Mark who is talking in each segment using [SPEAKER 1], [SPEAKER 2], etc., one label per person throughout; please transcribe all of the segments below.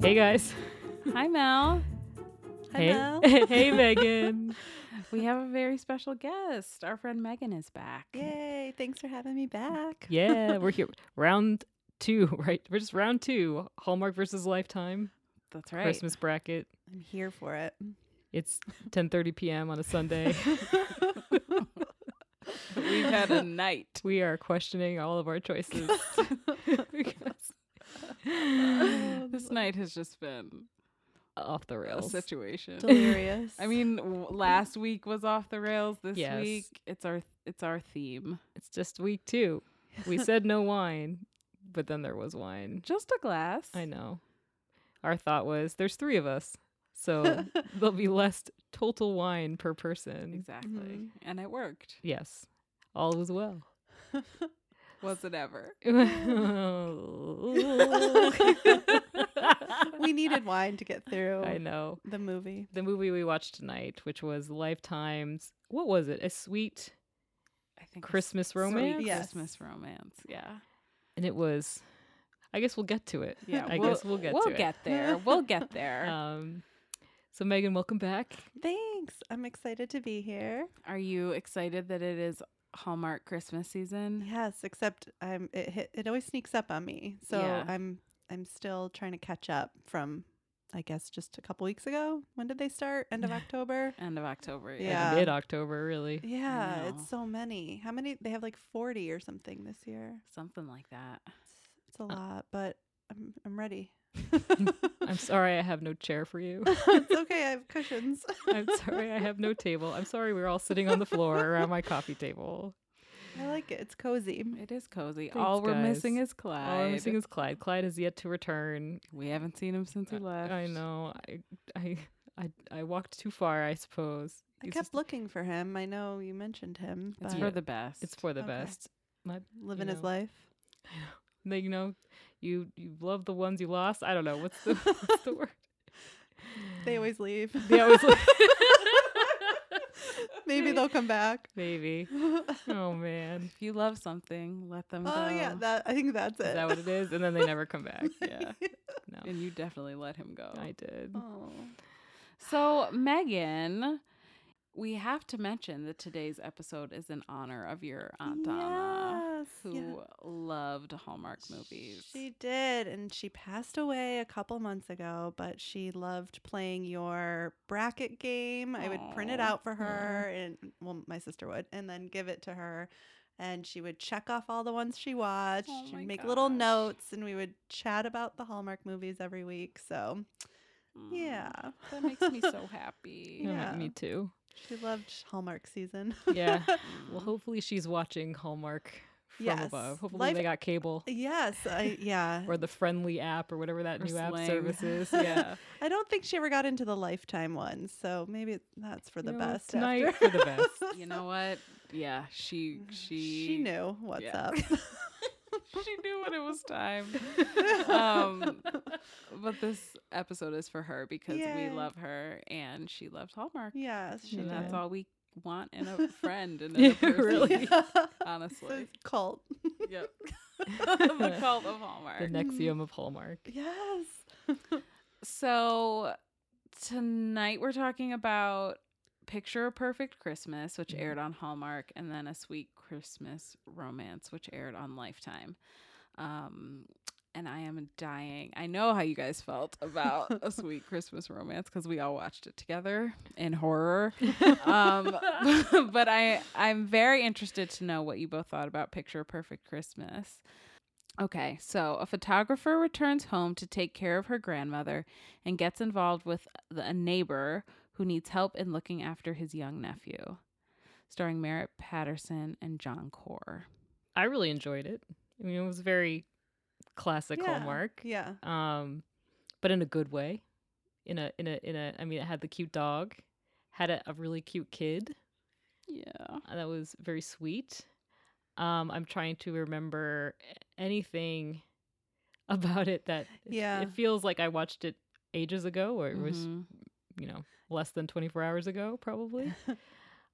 [SPEAKER 1] Hey guys. Hi Mal. hey.
[SPEAKER 2] Hello.
[SPEAKER 1] hey Megan. We have a very special guest. Our friend Megan is back.
[SPEAKER 2] Yay. Thanks for having me back.
[SPEAKER 1] Yeah, we're here. Round two, right? We're just round two. Hallmark versus Lifetime
[SPEAKER 3] That's right.
[SPEAKER 1] Christmas bracket.
[SPEAKER 2] I'm here for it.
[SPEAKER 1] It's 10:30 p.m. on a Sunday.
[SPEAKER 3] We've had a night.
[SPEAKER 1] we are questioning all of our choices. Because-
[SPEAKER 3] This night has just been
[SPEAKER 1] off the
[SPEAKER 3] a
[SPEAKER 1] rails.
[SPEAKER 3] situation.
[SPEAKER 2] Delirious.
[SPEAKER 3] I mean, w- last week was off the rails. This
[SPEAKER 1] Yes.
[SPEAKER 3] week, it's our it's our theme.
[SPEAKER 1] It's just week 2. We said no wine, but then there was wine.
[SPEAKER 3] Just a glass.
[SPEAKER 1] I know. Our thought was there's three of us, so there'll be less total wine per person.
[SPEAKER 3] Exactly.
[SPEAKER 2] Mhm.
[SPEAKER 3] And it worked.
[SPEAKER 1] Yes, all was well.
[SPEAKER 3] Was it ever?
[SPEAKER 1] I
[SPEAKER 2] we needed wine to get through
[SPEAKER 1] know.
[SPEAKER 2] the movie.
[SPEAKER 1] The movie we watched tonight, which was Lifetime's, what was it? A sweet
[SPEAKER 3] I think it's
[SPEAKER 1] Christmas
[SPEAKER 3] sweet
[SPEAKER 1] romance?
[SPEAKER 2] Yes.
[SPEAKER 3] Christmas romance. Yeah.
[SPEAKER 1] And it was, I guess we'll get to it.
[SPEAKER 3] Yeah.
[SPEAKER 1] I
[SPEAKER 3] we'll,
[SPEAKER 1] guess we'll get
[SPEAKER 3] we'll
[SPEAKER 1] to it.
[SPEAKER 3] get there. We'll get there.
[SPEAKER 1] Um, so, Megan, welcome back.
[SPEAKER 2] Thanks. I'm excited to be here.
[SPEAKER 3] Are you excited that it is Hallmark Christmas season?
[SPEAKER 2] Yes, except I'm it hit, it always sneaks up on me. So
[SPEAKER 3] Yeah.
[SPEAKER 2] I'm I'm still trying to catch up from I guess just a couple weeks ago. When did they start? End of October?
[SPEAKER 3] End of October.
[SPEAKER 1] Like
[SPEAKER 2] Yeah.
[SPEAKER 1] Mid October, really.
[SPEAKER 2] Yeah,
[SPEAKER 3] know.
[SPEAKER 2] it's so many. How many? They have like 40 or something this year.
[SPEAKER 3] Something like that.
[SPEAKER 2] It's, it's a lot, but I'm I'm ready.
[SPEAKER 1] I'm sorry I have no chair for you.
[SPEAKER 2] it's okay. I have cushions.
[SPEAKER 1] I'm sorry I have no table. I'm sorry we're all sitting on the floor around my coffee table.
[SPEAKER 2] I like it. It's cozy.
[SPEAKER 3] It is cozy.
[SPEAKER 1] Thanks,
[SPEAKER 3] All we're missing
[SPEAKER 1] guys.
[SPEAKER 3] is Clyde.
[SPEAKER 1] All I'm missing is Clyde. Clyde has yet to return.
[SPEAKER 3] we haven't seen him since he left.
[SPEAKER 1] I know. I I I, I walked too far, I suppose.
[SPEAKER 2] I
[SPEAKER 1] It's
[SPEAKER 2] kept
[SPEAKER 1] just-
[SPEAKER 2] looking for him. I know you mentioned him, but
[SPEAKER 3] It's for the best.
[SPEAKER 1] It's for the
[SPEAKER 2] Okay.
[SPEAKER 1] best.
[SPEAKER 2] living
[SPEAKER 1] you
[SPEAKER 2] his
[SPEAKER 1] know.
[SPEAKER 2] life.
[SPEAKER 1] They, you know, you you love the ones you lost. I don't know what's the, what's the word.
[SPEAKER 2] They always leave.
[SPEAKER 1] They always look-
[SPEAKER 2] Maybe they'll come back.
[SPEAKER 1] maybe.
[SPEAKER 2] oh
[SPEAKER 1] Oh man,
[SPEAKER 3] if you love something, let them
[SPEAKER 1] Oh,
[SPEAKER 3] go.
[SPEAKER 2] yeah, that I think that's it.
[SPEAKER 1] is that what it is? And then they never come back.
[SPEAKER 3] yeah.
[SPEAKER 1] No,
[SPEAKER 3] And you definitely let him go.
[SPEAKER 1] I did.
[SPEAKER 2] oh.
[SPEAKER 3] So, Megan, we have to mention that today's episode is in honor of your Aunt Donna,
[SPEAKER 2] yes.
[SPEAKER 3] who
[SPEAKER 2] yeah.
[SPEAKER 3] loved Hallmark movies.
[SPEAKER 2] She did, and she passed away a couple months ago, but she loved playing your bracket game. I would print it
[SPEAKER 3] Aw.
[SPEAKER 2] out for her, and well, my sister would, and then give it to her. And she would check off all the ones she watched,
[SPEAKER 3] Oh my
[SPEAKER 2] and make little
[SPEAKER 3] gosh.
[SPEAKER 2] notes, and we would chat about the Hallmark movies every week. So,
[SPEAKER 3] Mm,
[SPEAKER 2] yeah.
[SPEAKER 3] That makes me so happy.
[SPEAKER 1] Yeah,
[SPEAKER 2] Yeah.
[SPEAKER 1] me too.
[SPEAKER 2] She loved Hallmark season.
[SPEAKER 1] Yeah. Well, hopefully she's watching Hallmark from
[SPEAKER 2] Yes.
[SPEAKER 1] above. Hopefully
[SPEAKER 2] Life-
[SPEAKER 1] they got cable
[SPEAKER 2] yes, I yeah.
[SPEAKER 1] or the friendly app or whatever that
[SPEAKER 3] Or
[SPEAKER 1] new app
[SPEAKER 3] Sling.
[SPEAKER 1] service is. Yeah.
[SPEAKER 2] I don't think she ever got into the lifetime one, so maybe that's for the
[SPEAKER 1] You know,
[SPEAKER 2] best.
[SPEAKER 1] tonight
[SPEAKER 2] after.
[SPEAKER 1] for the best.
[SPEAKER 3] You know what? Yeah, she she
[SPEAKER 2] she knew what's
[SPEAKER 3] yeah.
[SPEAKER 2] up.
[SPEAKER 3] she knew when it was time. Um, but this episode is for her because
[SPEAKER 2] Yay.
[SPEAKER 3] we love her and she loved Hallmark.
[SPEAKER 2] yes, she
[SPEAKER 3] and
[SPEAKER 1] Yeah.
[SPEAKER 3] that's
[SPEAKER 2] did.
[SPEAKER 3] all we want in a friend and in a
[SPEAKER 1] Yeah,
[SPEAKER 3] person,
[SPEAKER 1] really.
[SPEAKER 2] So
[SPEAKER 3] honestly.
[SPEAKER 2] it's cult.
[SPEAKER 3] yep. the cult of
[SPEAKER 1] The
[SPEAKER 3] Hallmark.
[SPEAKER 2] Mm.
[SPEAKER 1] Nexium of Hallmark.
[SPEAKER 2] Yes.
[SPEAKER 3] So tonight we're talking about Picture a Perfect Christmas, which
[SPEAKER 1] Mhm.
[SPEAKER 3] aired on Hallmark, and then A Sweet Christmas Romance, which aired on Lifetime. Um, and I am dying. I know how you guys felt about A Sweet Christmas Romance because we all watched it together in horror. Um, but I I'm very interested to know what you both thought about Picture a Perfect Christmas. Okay, so a photographer returns home to take care of her grandmother and gets involved with the, a neighbor who needs help in looking after his young nephew, starring Merritt Patterson and John Core.
[SPEAKER 1] I really enjoyed it. I mean, it was very classic
[SPEAKER 2] Yeah.
[SPEAKER 1] Hallmark.
[SPEAKER 2] Yeah.
[SPEAKER 1] Um, but in a good way. In a in a in a I mean, it had the cute dog, had a, a really cute kid.
[SPEAKER 3] Yeah.
[SPEAKER 1] Uh, that was very sweet. Um, I'm trying to remember a- anything about it that it-
[SPEAKER 2] Yeah. Mm-hmm.
[SPEAKER 1] it feels like I watched it ages ago, or it was you know less than 24 hours ago, probably.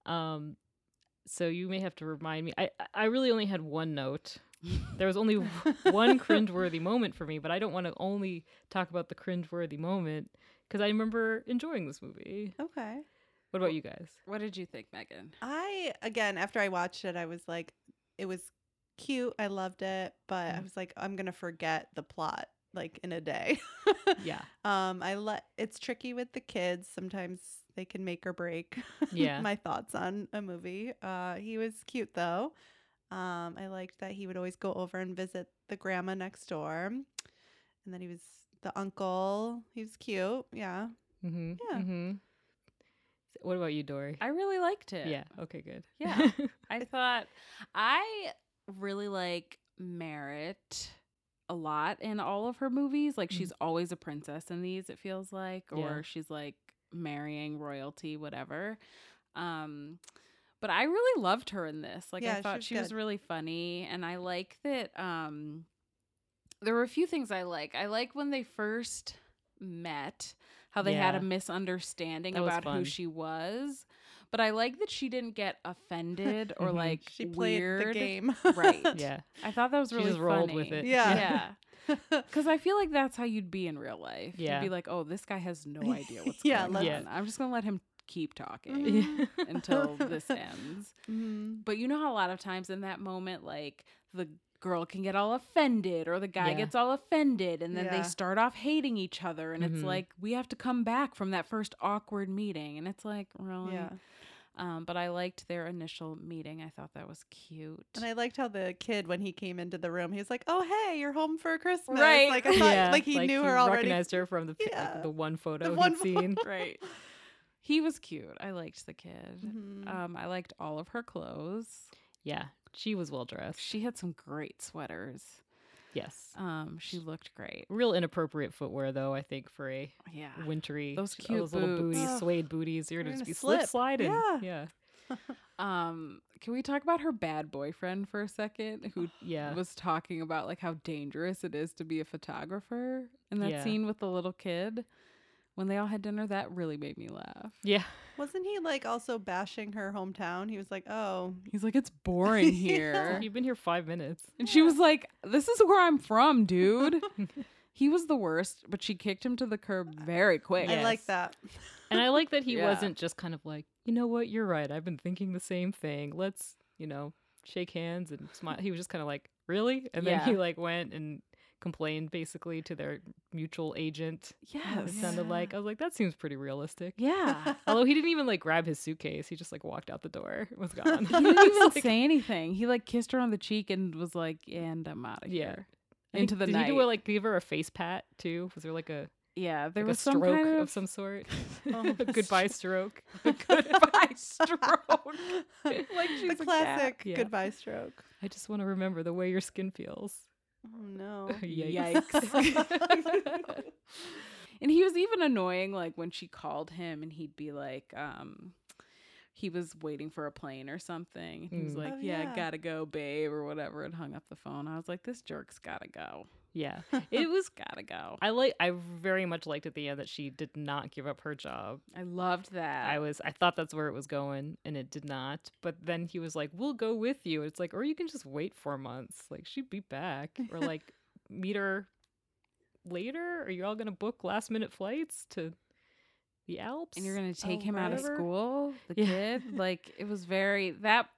[SPEAKER 1] um, so you may have to remind me. I I really only had one note.
[SPEAKER 3] Mm-hmm.
[SPEAKER 1] There was only one cringeworthy moment for me, but I don't want to only talk about the cringeworthy moment because I remember enjoying this movie.
[SPEAKER 2] Okay.
[SPEAKER 1] What about you guys?
[SPEAKER 3] What did you think, Megan?
[SPEAKER 2] I again after I watched it, I was like, it was cute. I loved it, but I
[SPEAKER 3] Mm.
[SPEAKER 1] Mhm.
[SPEAKER 2] was like, I'm gonna forget the plot like in a day.
[SPEAKER 1] Yeah,
[SPEAKER 2] um, I let it's tricky with the kids. Sometimes they can make or break.
[SPEAKER 1] Yeah.
[SPEAKER 2] my thoughts on a movie. Uh, he was cute though. Um, I liked that he would always go over and visit the grandma next door, and then he was the uncle. He was cute. Yeah.
[SPEAKER 1] mm-hmm.
[SPEAKER 2] Yeah.
[SPEAKER 1] Mm-hmm. What about you, Dory?
[SPEAKER 3] I really liked it.
[SPEAKER 1] yeah. Okay. Good.
[SPEAKER 3] Yeah. I thought I really like Merritt a lot in all of her movies. Like
[SPEAKER 1] Mhm.
[SPEAKER 3] she's always a princess in these, it feels like, or
[SPEAKER 1] Yeah.
[SPEAKER 3] she's like marrying royalty, whatever. Um but I really loved her in this. Like
[SPEAKER 2] Yeah,
[SPEAKER 3] I thought
[SPEAKER 2] she's
[SPEAKER 3] she was
[SPEAKER 2] good.
[SPEAKER 3] really funny and I like that um there were a few things I like. I like when they first met how they had
[SPEAKER 1] Yeah.
[SPEAKER 3] a misunderstanding
[SPEAKER 1] That was
[SPEAKER 3] about who
[SPEAKER 1] fun.
[SPEAKER 3] she was. But I like that she didn't get offended or
[SPEAKER 1] Mhm.
[SPEAKER 3] like
[SPEAKER 2] Mm-hmm. She played
[SPEAKER 3] weird.
[SPEAKER 2] the game.
[SPEAKER 3] Right.
[SPEAKER 1] yeah.
[SPEAKER 3] I thought that was
[SPEAKER 1] She
[SPEAKER 3] really
[SPEAKER 1] just rolled with
[SPEAKER 3] funny.
[SPEAKER 1] it.
[SPEAKER 2] Yeah.
[SPEAKER 3] Yeah. Because I feel like that's how you'd be in real life.
[SPEAKER 1] Yeah.
[SPEAKER 3] You'd be like, oh, this guy has no idea what's
[SPEAKER 2] Yeah, Mm-hmm.
[SPEAKER 3] going
[SPEAKER 1] let's-
[SPEAKER 3] on. I'm just going to let him keep talking
[SPEAKER 1] Yeah.
[SPEAKER 3] until this ends.
[SPEAKER 2] Mhm.
[SPEAKER 3] But you know how a lot of times in that moment, like the girl can get all offended or the guy
[SPEAKER 1] Yeah.
[SPEAKER 3] gets all offended and then
[SPEAKER 2] Yeah.
[SPEAKER 3] they start off hating each other. And
[SPEAKER 1] Mhm.
[SPEAKER 3] it's like, we have to come back from that first awkward meeting. And it's like, really?
[SPEAKER 2] Yeah.
[SPEAKER 3] Um, but I liked their initial meeting. I thought that was cute.
[SPEAKER 2] And I liked how the kid, when he came into the room, he was like, "Oh, hey, you're home for Christmas."
[SPEAKER 3] Right.
[SPEAKER 2] Like I thought, like he knew her already.
[SPEAKER 1] Recognized her from the pi- like,
[SPEAKER 2] Yeah.
[SPEAKER 1] the one photo
[SPEAKER 2] one
[SPEAKER 1] he'd
[SPEAKER 2] photo.
[SPEAKER 1] seen.
[SPEAKER 3] right. He was cute. I liked the kid.
[SPEAKER 2] Mhm.
[SPEAKER 3] Um, I liked all of her clothes.
[SPEAKER 1] Yeah, she was well dressed.
[SPEAKER 3] She had some great sweaters.
[SPEAKER 1] yes,
[SPEAKER 3] Um, she looked great.
[SPEAKER 1] real inappropriate footwear though. I think for a
[SPEAKER 3] Yeah.
[SPEAKER 1] wintry
[SPEAKER 3] Ah, Those
[SPEAKER 1] all
[SPEAKER 3] cute
[SPEAKER 1] those little
[SPEAKER 3] boots.
[SPEAKER 1] booties,
[SPEAKER 2] Ugh.
[SPEAKER 1] suede booties. You're gonna,
[SPEAKER 2] You're
[SPEAKER 1] just
[SPEAKER 2] gonna
[SPEAKER 1] be slip
[SPEAKER 2] slip.
[SPEAKER 1] sliding.
[SPEAKER 2] Yeah.
[SPEAKER 1] yeah,
[SPEAKER 3] Um, can we talk about her bad boyfriend for a second who
[SPEAKER 1] yeah.
[SPEAKER 3] was talking about like how dangerous it is to be a photographer in that
[SPEAKER 1] Yeah.
[SPEAKER 3] scene with the little kid? When they all had dinner, that really made me laugh.
[SPEAKER 1] yeah.
[SPEAKER 2] Wasn't he like also bashing her hometown? He was like, "Oh,
[SPEAKER 3] He's like, it's boring
[SPEAKER 2] Yeah.
[SPEAKER 3] here.
[SPEAKER 1] You've been here five minutes.
[SPEAKER 3] And she was like, This is where I'm from, dude. he was the worst, but she kicked him to the curb very quick.
[SPEAKER 2] I like
[SPEAKER 1] Yes.
[SPEAKER 2] that."
[SPEAKER 1] And I like that he
[SPEAKER 3] Yeah.
[SPEAKER 1] wasn't just kind of like, you know what, you're right. I've been thinking the same thing. Let's, you know, shake hands and smile. He was just kind of like, really? And then he
[SPEAKER 3] Yeah.
[SPEAKER 1] like went and complained basically to their mutual agent.
[SPEAKER 3] Yes.
[SPEAKER 1] It sounded like I was like, that seems pretty realistic.
[SPEAKER 3] Yeah.
[SPEAKER 1] Although he didn't even like grab his suitcase, he just like walked out the door and was gone.
[SPEAKER 3] He didn't even
[SPEAKER 1] It's like-
[SPEAKER 3] say anything. He like kissed her on the cheek and was like, and I'm out of
[SPEAKER 1] Yeah.
[SPEAKER 3] here.
[SPEAKER 1] I think-
[SPEAKER 3] Into the
[SPEAKER 1] did
[SPEAKER 3] night.
[SPEAKER 1] he do a, like give her a face pat too? Was there like a
[SPEAKER 3] yeah, there
[SPEAKER 1] like
[SPEAKER 3] was
[SPEAKER 1] a
[SPEAKER 3] some
[SPEAKER 1] stroke
[SPEAKER 3] kind
[SPEAKER 1] of...
[SPEAKER 3] of,
[SPEAKER 1] some sort?
[SPEAKER 2] Oh.
[SPEAKER 1] a goodbye stroke.
[SPEAKER 3] goodbye stroke.
[SPEAKER 2] like
[SPEAKER 3] she's a cat.
[SPEAKER 2] the classic
[SPEAKER 1] Yeah.
[SPEAKER 2] goodbye stroke.
[SPEAKER 1] I just want to remember the way your skin feels.
[SPEAKER 2] Oh no.
[SPEAKER 1] Yikes.
[SPEAKER 3] Yikes. and he was even annoying like when she called him and he'd be like um he was waiting for a plane or something. He was
[SPEAKER 1] Mm.
[SPEAKER 3] like,
[SPEAKER 2] Oh,
[SPEAKER 3] yeah,
[SPEAKER 2] yeah.
[SPEAKER 3] gotta go, babe, or whatever, and hung up the phone. I was like, this jerk's gotta go.
[SPEAKER 1] yeah. It was
[SPEAKER 3] Gotta go.
[SPEAKER 1] I like I very much liked at the end that she did not give up her job.
[SPEAKER 3] I loved that.
[SPEAKER 1] I was I thought that's where it was going and it did not. But then he was like, "We'll go with you." It's like, "Or you can just wait 4 months. Like she'd be back." Or like meet her later? Are you all going to book last minute flights to the Alps?
[SPEAKER 3] and you're gonna
[SPEAKER 2] Oh,
[SPEAKER 3] take him out of
[SPEAKER 1] whatever.
[SPEAKER 3] school, the
[SPEAKER 1] Yeah.
[SPEAKER 3] kid. Like it was very that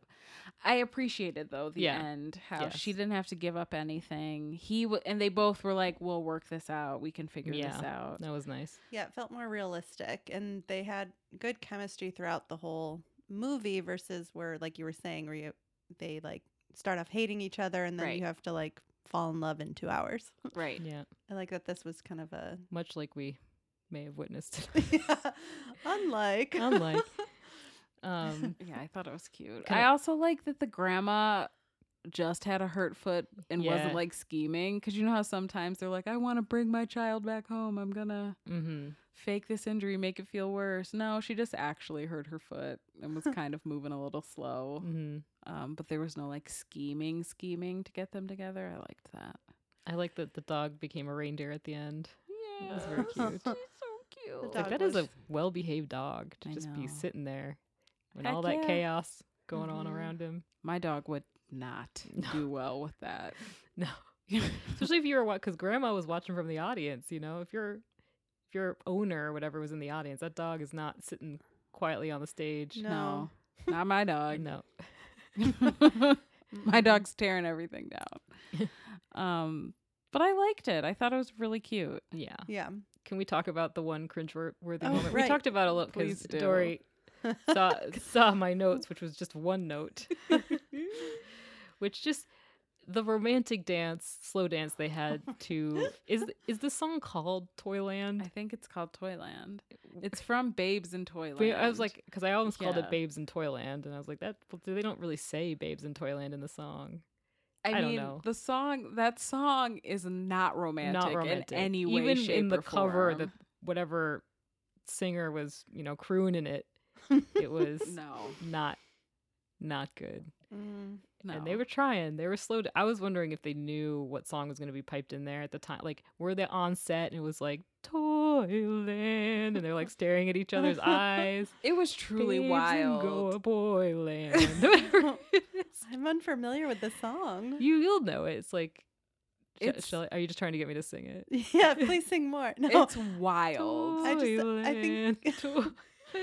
[SPEAKER 3] I appreciated though the
[SPEAKER 1] Yeah.
[SPEAKER 3] end how she
[SPEAKER 1] Yes.
[SPEAKER 3] didn't have to give up anything. He w- and they both were like, "We'll work this out. We can figure this
[SPEAKER 1] Yeah.
[SPEAKER 3] out."
[SPEAKER 1] That was nice.
[SPEAKER 2] Yeah, it felt more realistic, and they had good chemistry throughout the whole movie. Versus where, like you were saying, where you they like start off hating each other, and then
[SPEAKER 3] Right.
[SPEAKER 2] you have to like fall in love in two hours.
[SPEAKER 3] Right.
[SPEAKER 1] Yeah,
[SPEAKER 2] I like that this was kind of a
[SPEAKER 1] much like we may have witnessed.
[SPEAKER 2] unlike
[SPEAKER 1] Unlike um
[SPEAKER 3] Yeah, I thought it was cute.
[SPEAKER 1] Kinda-
[SPEAKER 3] I also like that the grandma just had a hurt foot and
[SPEAKER 1] Yeah.
[SPEAKER 3] wasn't like scheming because you know how sometimes they're like, "I want to bring my child back home. I'm gonna."
[SPEAKER 1] mhm.
[SPEAKER 3] fake this injury, make it feel worse. No, she just actually hurt her foot and was kind of moving a little slow.
[SPEAKER 1] mhm.
[SPEAKER 3] Um, but there was no like scheming, scheming to get them together. I liked that.
[SPEAKER 1] I like that the dog became a reindeer at the end.
[SPEAKER 3] Yeah,
[SPEAKER 1] was very cute.
[SPEAKER 3] She's so cute.
[SPEAKER 1] Like
[SPEAKER 2] dog
[SPEAKER 1] that is
[SPEAKER 2] was-
[SPEAKER 1] a well-behaved dog to
[SPEAKER 3] I
[SPEAKER 1] just be
[SPEAKER 3] know.
[SPEAKER 1] sitting there when
[SPEAKER 3] Heck
[SPEAKER 1] all that
[SPEAKER 3] yeah. Mm-hmm.
[SPEAKER 1] chaos going on
[SPEAKER 2] Mhm.
[SPEAKER 1] around him.
[SPEAKER 3] My dog would not
[SPEAKER 1] No.
[SPEAKER 3] do well with that.
[SPEAKER 1] No. Especially if you were what because grandma was watching from the audience, you know. If your if your owner or whatever was in the audience, that dog is not sitting quietly on the stage.
[SPEAKER 3] no,
[SPEAKER 2] No.
[SPEAKER 3] not my dog.
[SPEAKER 1] No.
[SPEAKER 3] my dog's tearing everything down. um, but I liked it. I thought it was really cute.
[SPEAKER 1] Yeah.
[SPEAKER 2] Yeah.
[SPEAKER 1] Can we talk about the one cringeworthy worthy
[SPEAKER 2] Oh,
[SPEAKER 1] moment? We
[SPEAKER 2] right.
[SPEAKER 1] talked about it a little
[SPEAKER 3] Please
[SPEAKER 1] because
[SPEAKER 3] do.
[SPEAKER 1] Dory saw saw my notes, which was just one note, which just the romantic dance, slow dance they had to is is this song called
[SPEAKER 3] I
[SPEAKER 1] Toyland?
[SPEAKER 3] think it's called Toyland. It's from Babes in Toyland.
[SPEAKER 1] Ba- I was like, because I almost called
[SPEAKER 3] Yeah.
[SPEAKER 1] it Babes in Toyland, and I was like, that well, they don't really say Babes in Toyland in the song.
[SPEAKER 3] I,
[SPEAKER 1] I don't
[SPEAKER 3] mean,
[SPEAKER 1] know.
[SPEAKER 3] the song that song is not romantic,
[SPEAKER 1] Not romantic,
[SPEAKER 3] in any way,
[SPEAKER 1] even
[SPEAKER 3] shape,
[SPEAKER 1] in the
[SPEAKER 3] or
[SPEAKER 1] cover
[SPEAKER 3] form.
[SPEAKER 1] that whatever singer was, you know, crooning it. It was
[SPEAKER 3] no,
[SPEAKER 1] not not good.
[SPEAKER 2] Mm.
[SPEAKER 3] no,
[SPEAKER 1] And they were trying. They were slow. To, I was wondering if they knew what song was going to be piped in there at the time. Like, were they on set and it was like Toyland, and they're like staring at each other's eyes.
[SPEAKER 3] It was truly
[SPEAKER 1] Babes in
[SPEAKER 3] wild.
[SPEAKER 1] Goa Boyland. Whatever it is.
[SPEAKER 2] I'm unfamiliar with the song.
[SPEAKER 1] you you'll know it. It's like, sh-
[SPEAKER 3] It's-
[SPEAKER 1] shall I- are you just trying to get me to sing it?
[SPEAKER 2] yeah, please sing more. No,
[SPEAKER 3] It's wild.
[SPEAKER 2] I just- I think-
[SPEAKER 1] Toyland. Toy-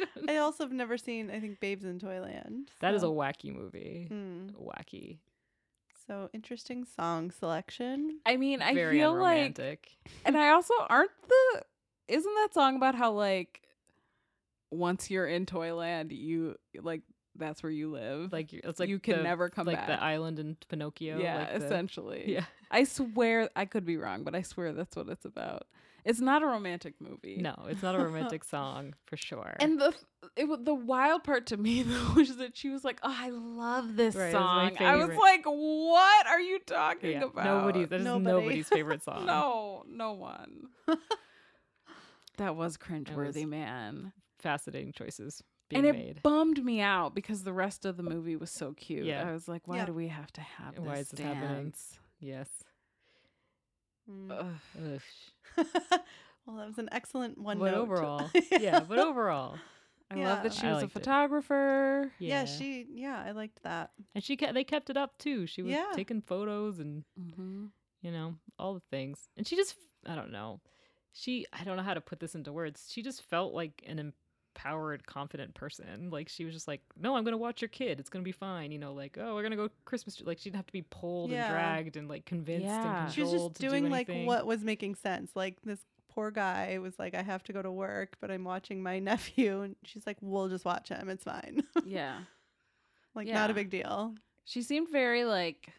[SPEAKER 2] I also have never seen. I think Babes in Toyland.
[SPEAKER 1] that is a
[SPEAKER 2] so-
[SPEAKER 1] wacky movie.
[SPEAKER 2] Mm.
[SPEAKER 1] Wacky.
[SPEAKER 2] So interesting song selection.
[SPEAKER 3] I mean, I
[SPEAKER 1] Very
[SPEAKER 3] feel like
[SPEAKER 1] unromantic.
[SPEAKER 3] And I also aren't the isn't that song about how like once you're in Toyland, you like that's where you live.
[SPEAKER 1] Like you're- it's like
[SPEAKER 3] you can
[SPEAKER 1] the-
[SPEAKER 3] never come
[SPEAKER 1] like
[SPEAKER 3] back.
[SPEAKER 1] the island in Pinocchio.
[SPEAKER 3] yeah,
[SPEAKER 1] like the-
[SPEAKER 3] essentially.
[SPEAKER 1] Yeah.
[SPEAKER 3] I swear I could be wrong, but I swear that's what it's about. It's not a romantic movie.
[SPEAKER 1] No, it's not a romantic song for sure.
[SPEAKER 3] And the it wa- the wild part to me though was that she was like, "Oh, I love this
[SPEAKER 1] Right, it was
[SPEAKER 3] song."
[SPEAKER 1] my
[SPEAKER 3] I was
[SPEAKER 1] favorite.
[SPEAKER 3] like, "What are you talking
[SPEAKER 1] yeah,
[SPEAKER 3] about?"
[SPEAKER 1] nobody, that is
[SPEAKER 2] Nobody.
[SPEAKER 1] nobody's favorite song.
[SPEAKER 3] No, no one. that was cringeworthy, man.
[SPEAKER 1] Fascinating choices being
[SPEAKER 3] And it
[SPEAKER 1] made.
[SPEAKER 3] bummed me out because the rest of the movie was so cute.
[SPEAKER 1] Yeah.
[SPEAKER 3] I was like, why
[SPEAKER 2] Yeah.
[SPEAKER 3] do we have to have this
[SPEAKER 1] Why is this happening?
[SPEAKER 3] dance?
[SPEAKER 1] Yes.
[SPEAKER 2] Mm.
[SPEAKER 3] Ugh.
[SPEAKER 1] Ugh.
[SPEAKER 2] well, that was an excellent one.
[SPEAKER 1] but
[SPEAKER 2] note.
[SPEAKER 1] overall, yeah, but overall,
[SPEAKER 3] I love that
[SPEAKER 2] Yeah.
[SPEAKER 3] she
[SPEAKER 1] I
[SPEAKER 3] was
[SPEAKER 1] liked
[SPEAKER 3] a
[SPEAKER 1] it.
[SPEAKER 3] photographer.
[SPEAKER 2] yeah.
[SPEAKER 1] yeah.
[SPEAKER 2] she. Yeah, I liked that.
[SPEAKER 1] and she kept, they kept it up too. She was
[SPEAKER 2] Yeah.
[SPEAKER 1] taking photos and
[SPEAKER 3] Mm-hmm.
[SPEAKER 1] you know all the things, and she just, I don't know, she, I don't know how to put this into words. She just felt like an empowered, confident person. Like she was just like, no, I'm gonna watch your kid. It's gonna be fine. You know, like oh, we're gonna go Christmas. tree." Like she didn't have to be pulled
[SPEAKER 2] Yeah.
[SPEAKER 1] and dragged and like convinced.
[SPEAKER 3] Yeah.
[SPEAKER 1] And
[SPEAKER 2] She was
[SPEAKER 1] cajoled
[SPEAKER 2] just
[SPEAKER 1] to do
[SPEAKER 2] doing like
[SPEAKER 1] anything.
[SPEAKER 2] what was making sense. Like this poor guy was like, I have to go to work, but I'm watching my nephew, and she's like, We'll just watch him. It's fine.
[SPEAKER 3] Yeah.
[SPEAKER 2] like not
[SPEAKER 3] Yeah.
[SPEAKER 2] a big deal.
[SPEAKER 3] She seemed very like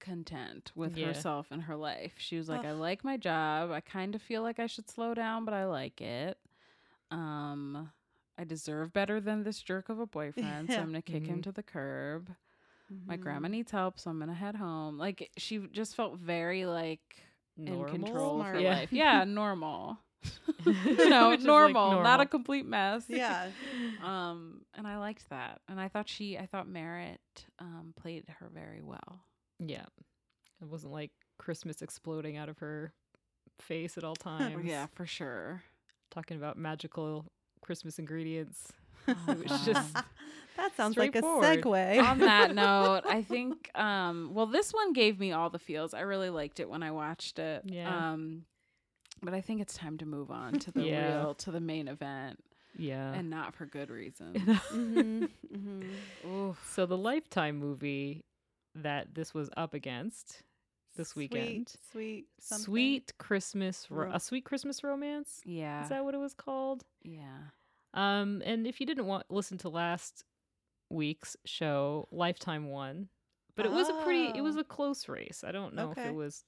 [SPEAKER 3] content with
[SPEAKER 1] Yeah.
[SPEAKER 3] herself and her life. She was like, I
[SPEAKER 2] Ugh.
[SPEAKER 3] like my job. I kind of feel like I should slow down, but I like it. Um, I deserve better than this jerk of a boyfriend, so
[SPEAKER 2] Yeah.
[SPEAKER 3] I'm gonna kick him
[SPEAKER 1] Mhm.
[SPEAKER 3] to the curb. My
[SPEAKER 1] Mm-hmm.
[SPEAKER 2] Mhm.
[SPEAKER 3] grandma needs help, so I'm gonna head home. Like she just felt very like
[SPEAKER 1] Normal?
[SPEAKER 3] in control of her
[SPEAKER 2] Smart.
[SPEAKER 1] Yeah.
[SPEAKER 3] life. Yeah, normal. you
[SPEAKER 1] Which
[SPEAKER 3] know,
[SPEAKER 1] is, like,
[SPEAKER 3] normal, not a
[SPEAKER 1] normal.
[SPEAKER 3] complete mess.
[SPEAKER 2] Yeah.
[SPEAKER 3] Um, and I liked that, and I thought she, I thought Merritt, um, played her very well.
[SPEAKER 1] Yeah. It wasn't like Christmas exploding out of her face at all times.
[SPEAKER 3] Yeah, for sure.
[SPEAKER 1] Talking about magical Christmas ingredients.
[SPEAKER 3] Oh,
[SPEAKER 1] It's just-
[SPEAKER 3] God.
[SPEAKER 2] that sounds like a
[SPEAKER 1] straightforward.
[SPEAKER 2] segue.
[SPEAKER 3] on that note, I think um well this one gave me all the feels. I really liked it when I watched it.
[SPEAKER 1] Yeah.
[SPEAKER 3] Um but I think it's time to move on to the
[SPEAKER 1] Yeah.
[SPEAKER 3] real to the main event
[SPEAKER 1] Yeah.
[SPEAKER 3] and not for good reason.
[SPEAKER 2] Mhm, mhm.
[SPEAKER 1] so the Lifetime movie that this was up against This
[SPEAKER 2] Sweet-
[SPEAKER 1] weekend.
[SPEAKER 2] Sweet. something.
[SPEAKER 1] Sweet Christmas ro-
[SPEAKER 2] Ro-
[SPEAKER 1] a Sweet Christmas Romance?
[SPEAKER 3] Yeah.
[SPEAKER 1] Is that what it was called?
[SPEAKER 3] yeah.
[SPEAKER 1] Um and if you didn't want listen to last week's show, Lifetime won. But it was a pretty it was
[SPEAKER 2] Oh.
[SPEAKER 1] a close race. I don't know if
[SPEAKER 2] Okay.
[SPEAKER 1] it was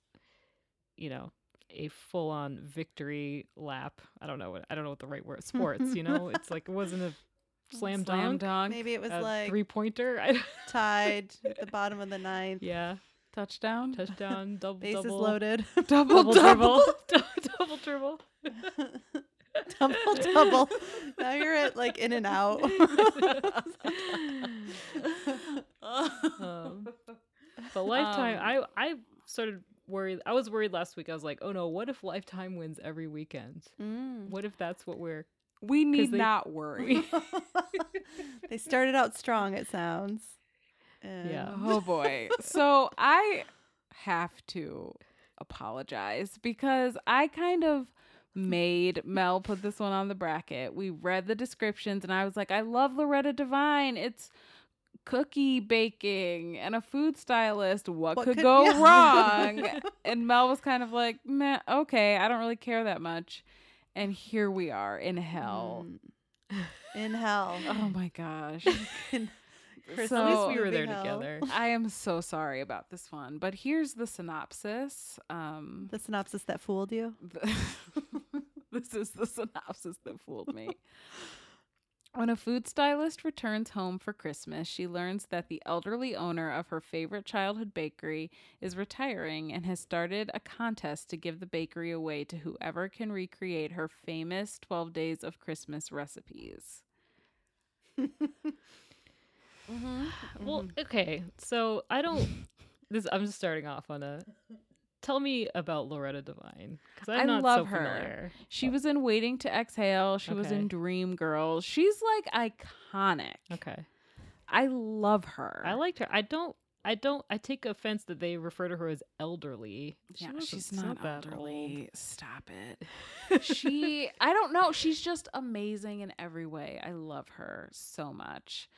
[SPEAKER 1] you know, a full on victory lap. I don't know what I don't know what the right word sports, you know? It's like it wasn't a slam, dunk,
[SPEAKER 2] Maybe it was
[SPEAKER 1] a
[SPEAKER 2] like
[SPEAKER 1] three pointer. I
[SPEAKER 2] tied at the bottom of the ninth.
[SPEAKER 1] yeah.
[SPEAKER 3] touchdown.
[SPEAKER 1] Touchdown, double
[SPEAKER 2] Bases
[SPEAKER 1] double
[SPEAKER 2] loaded.
[SPEAKER 1] double double double double triple.
[SPEAKER 2] double double. Now you're at like in and out.
[SPEAKER 1] um, but lifetime
[SPEAKER 3] Um,
[SPEAKER 1] I I started worried I was worried last week. I was like, oh no, what if lifetime wins every weekend?
[SPEAKER 2] Mm.
[SPEAKER 1] What if that's what we're
[SPEAKER 3] We need
[SPEAKER 1] they-
[SPEAKER 3] not worry.
[SPEAKER 2] they started out strong, it sounds. And
[SPEAKER 1] Yeah.
[SPEAKER 3] oh boy. So I have to apologize because I kind of made Mel put this one on the bracket. We read the descriptions and I was like, I love Loretta Devine. It's cookie baking and a food stylist. What,
[SPEAKER 2] What
[SPEAKER 3] could,
[SPEAKER 2] could-
[SPEAKER 3] go
[SPEAKER 2] yeah.
[SPEAKER 3] wrong? and Mel was kind of like, meh, okay, I don't really care that much. And here we are in hell.
[SPEAKER 2] Mm. In hell.
[SPEAKER 3] Oh my gosh.
[SPEAKER 2] In Christmas
[SPEAKER 1] At least we were
[SPEAKER 2] movie
[SPEAKER 1] there
[SPEAKER 2] hell.
[SPEAKER 1] together.
[SPEAKER 3] I am so sorry about this one, but here's the synopsis. Um,
[SPEAKER 2] The synopsis that fooled you.
[SPEAKER 3] the- this is the synopsis that fooled me. When a food stylist returns home for Christmas, she learns that the elderly owner of her favorite childhood bakery is retiring and has started a contest to give the bakery away to whoever can recreate her famous 12 Days of Christmas recipes.
[SPEAKER 1] Well, okay. So I don't. This I'm just starting off on a. Tell me about Loretta Devine because I'm
[SPEAKER 3] I
[SPEAKER 1] not
[SPEAKER 3] love
[SPEAKER 1] so
[SPEAKER 3] her.
[SPEAKER 1] familiar.
[SPEAKER 3] She was in Waiting to Exhale. She was in Dream Girls. She's like iconic.
[SPEAKER 1] Okay,
[SPEAKER 3] I love her.
[SPEAKER 1] I liked her. I don't. I don't. I take offense that they refer to her as elderly. She
[SPEAKER 3] Yeah,
[SPEAKER 1] wasn't-
[SPEAKER 3] she's not
[SPEAKER 1] that
[SPEAKER 3] elderly.
[SPEAKER 1] old.
[SPEAKER 3] Stop it. she, I don't know. She's just amazing in every way. I love her so much.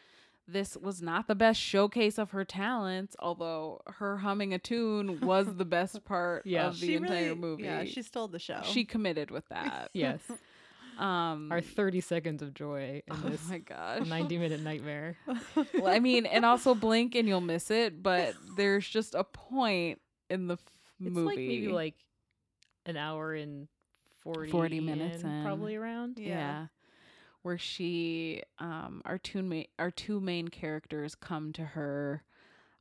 [SPEAKER 3] This was not the best showcase of her talents, although her humming a tune was the best part
[SPEAKER 1] Yeah.
[SPEAKER 3] of the entire movie.
[SPEAKER 2] Yeah, she stole the show.
[SPEAKER 3] she committed with that.
[SPEAKER 1] Yes,
[SPEAKER 3] Um,
[SPEAKER 1] our 30 seconds of joy in
[SPEAKER 3] oh
[SPEAKER 1] this
[SPEAKER 3] my gosh.
[SPEAKER 1] 90 minute nightmare.
[SPEAKER 3] Well, I mean, and also blink and you'll miss it, but there's just a point in the f-
[SPEAKER 1] It's
[SPEAKER 3] movie.
[SPEAKER 1] like maybe like an hour and 40,
[SPEAKER 3] 40 minutes
[SPEAKER 1] in,
[SPEAKER 3] in.
[SPEAKER 1] probably around.
[SPEAKER 2] Yeah.
[SPEAKER 3] yeah. where she um our two ma- our two main characters come to her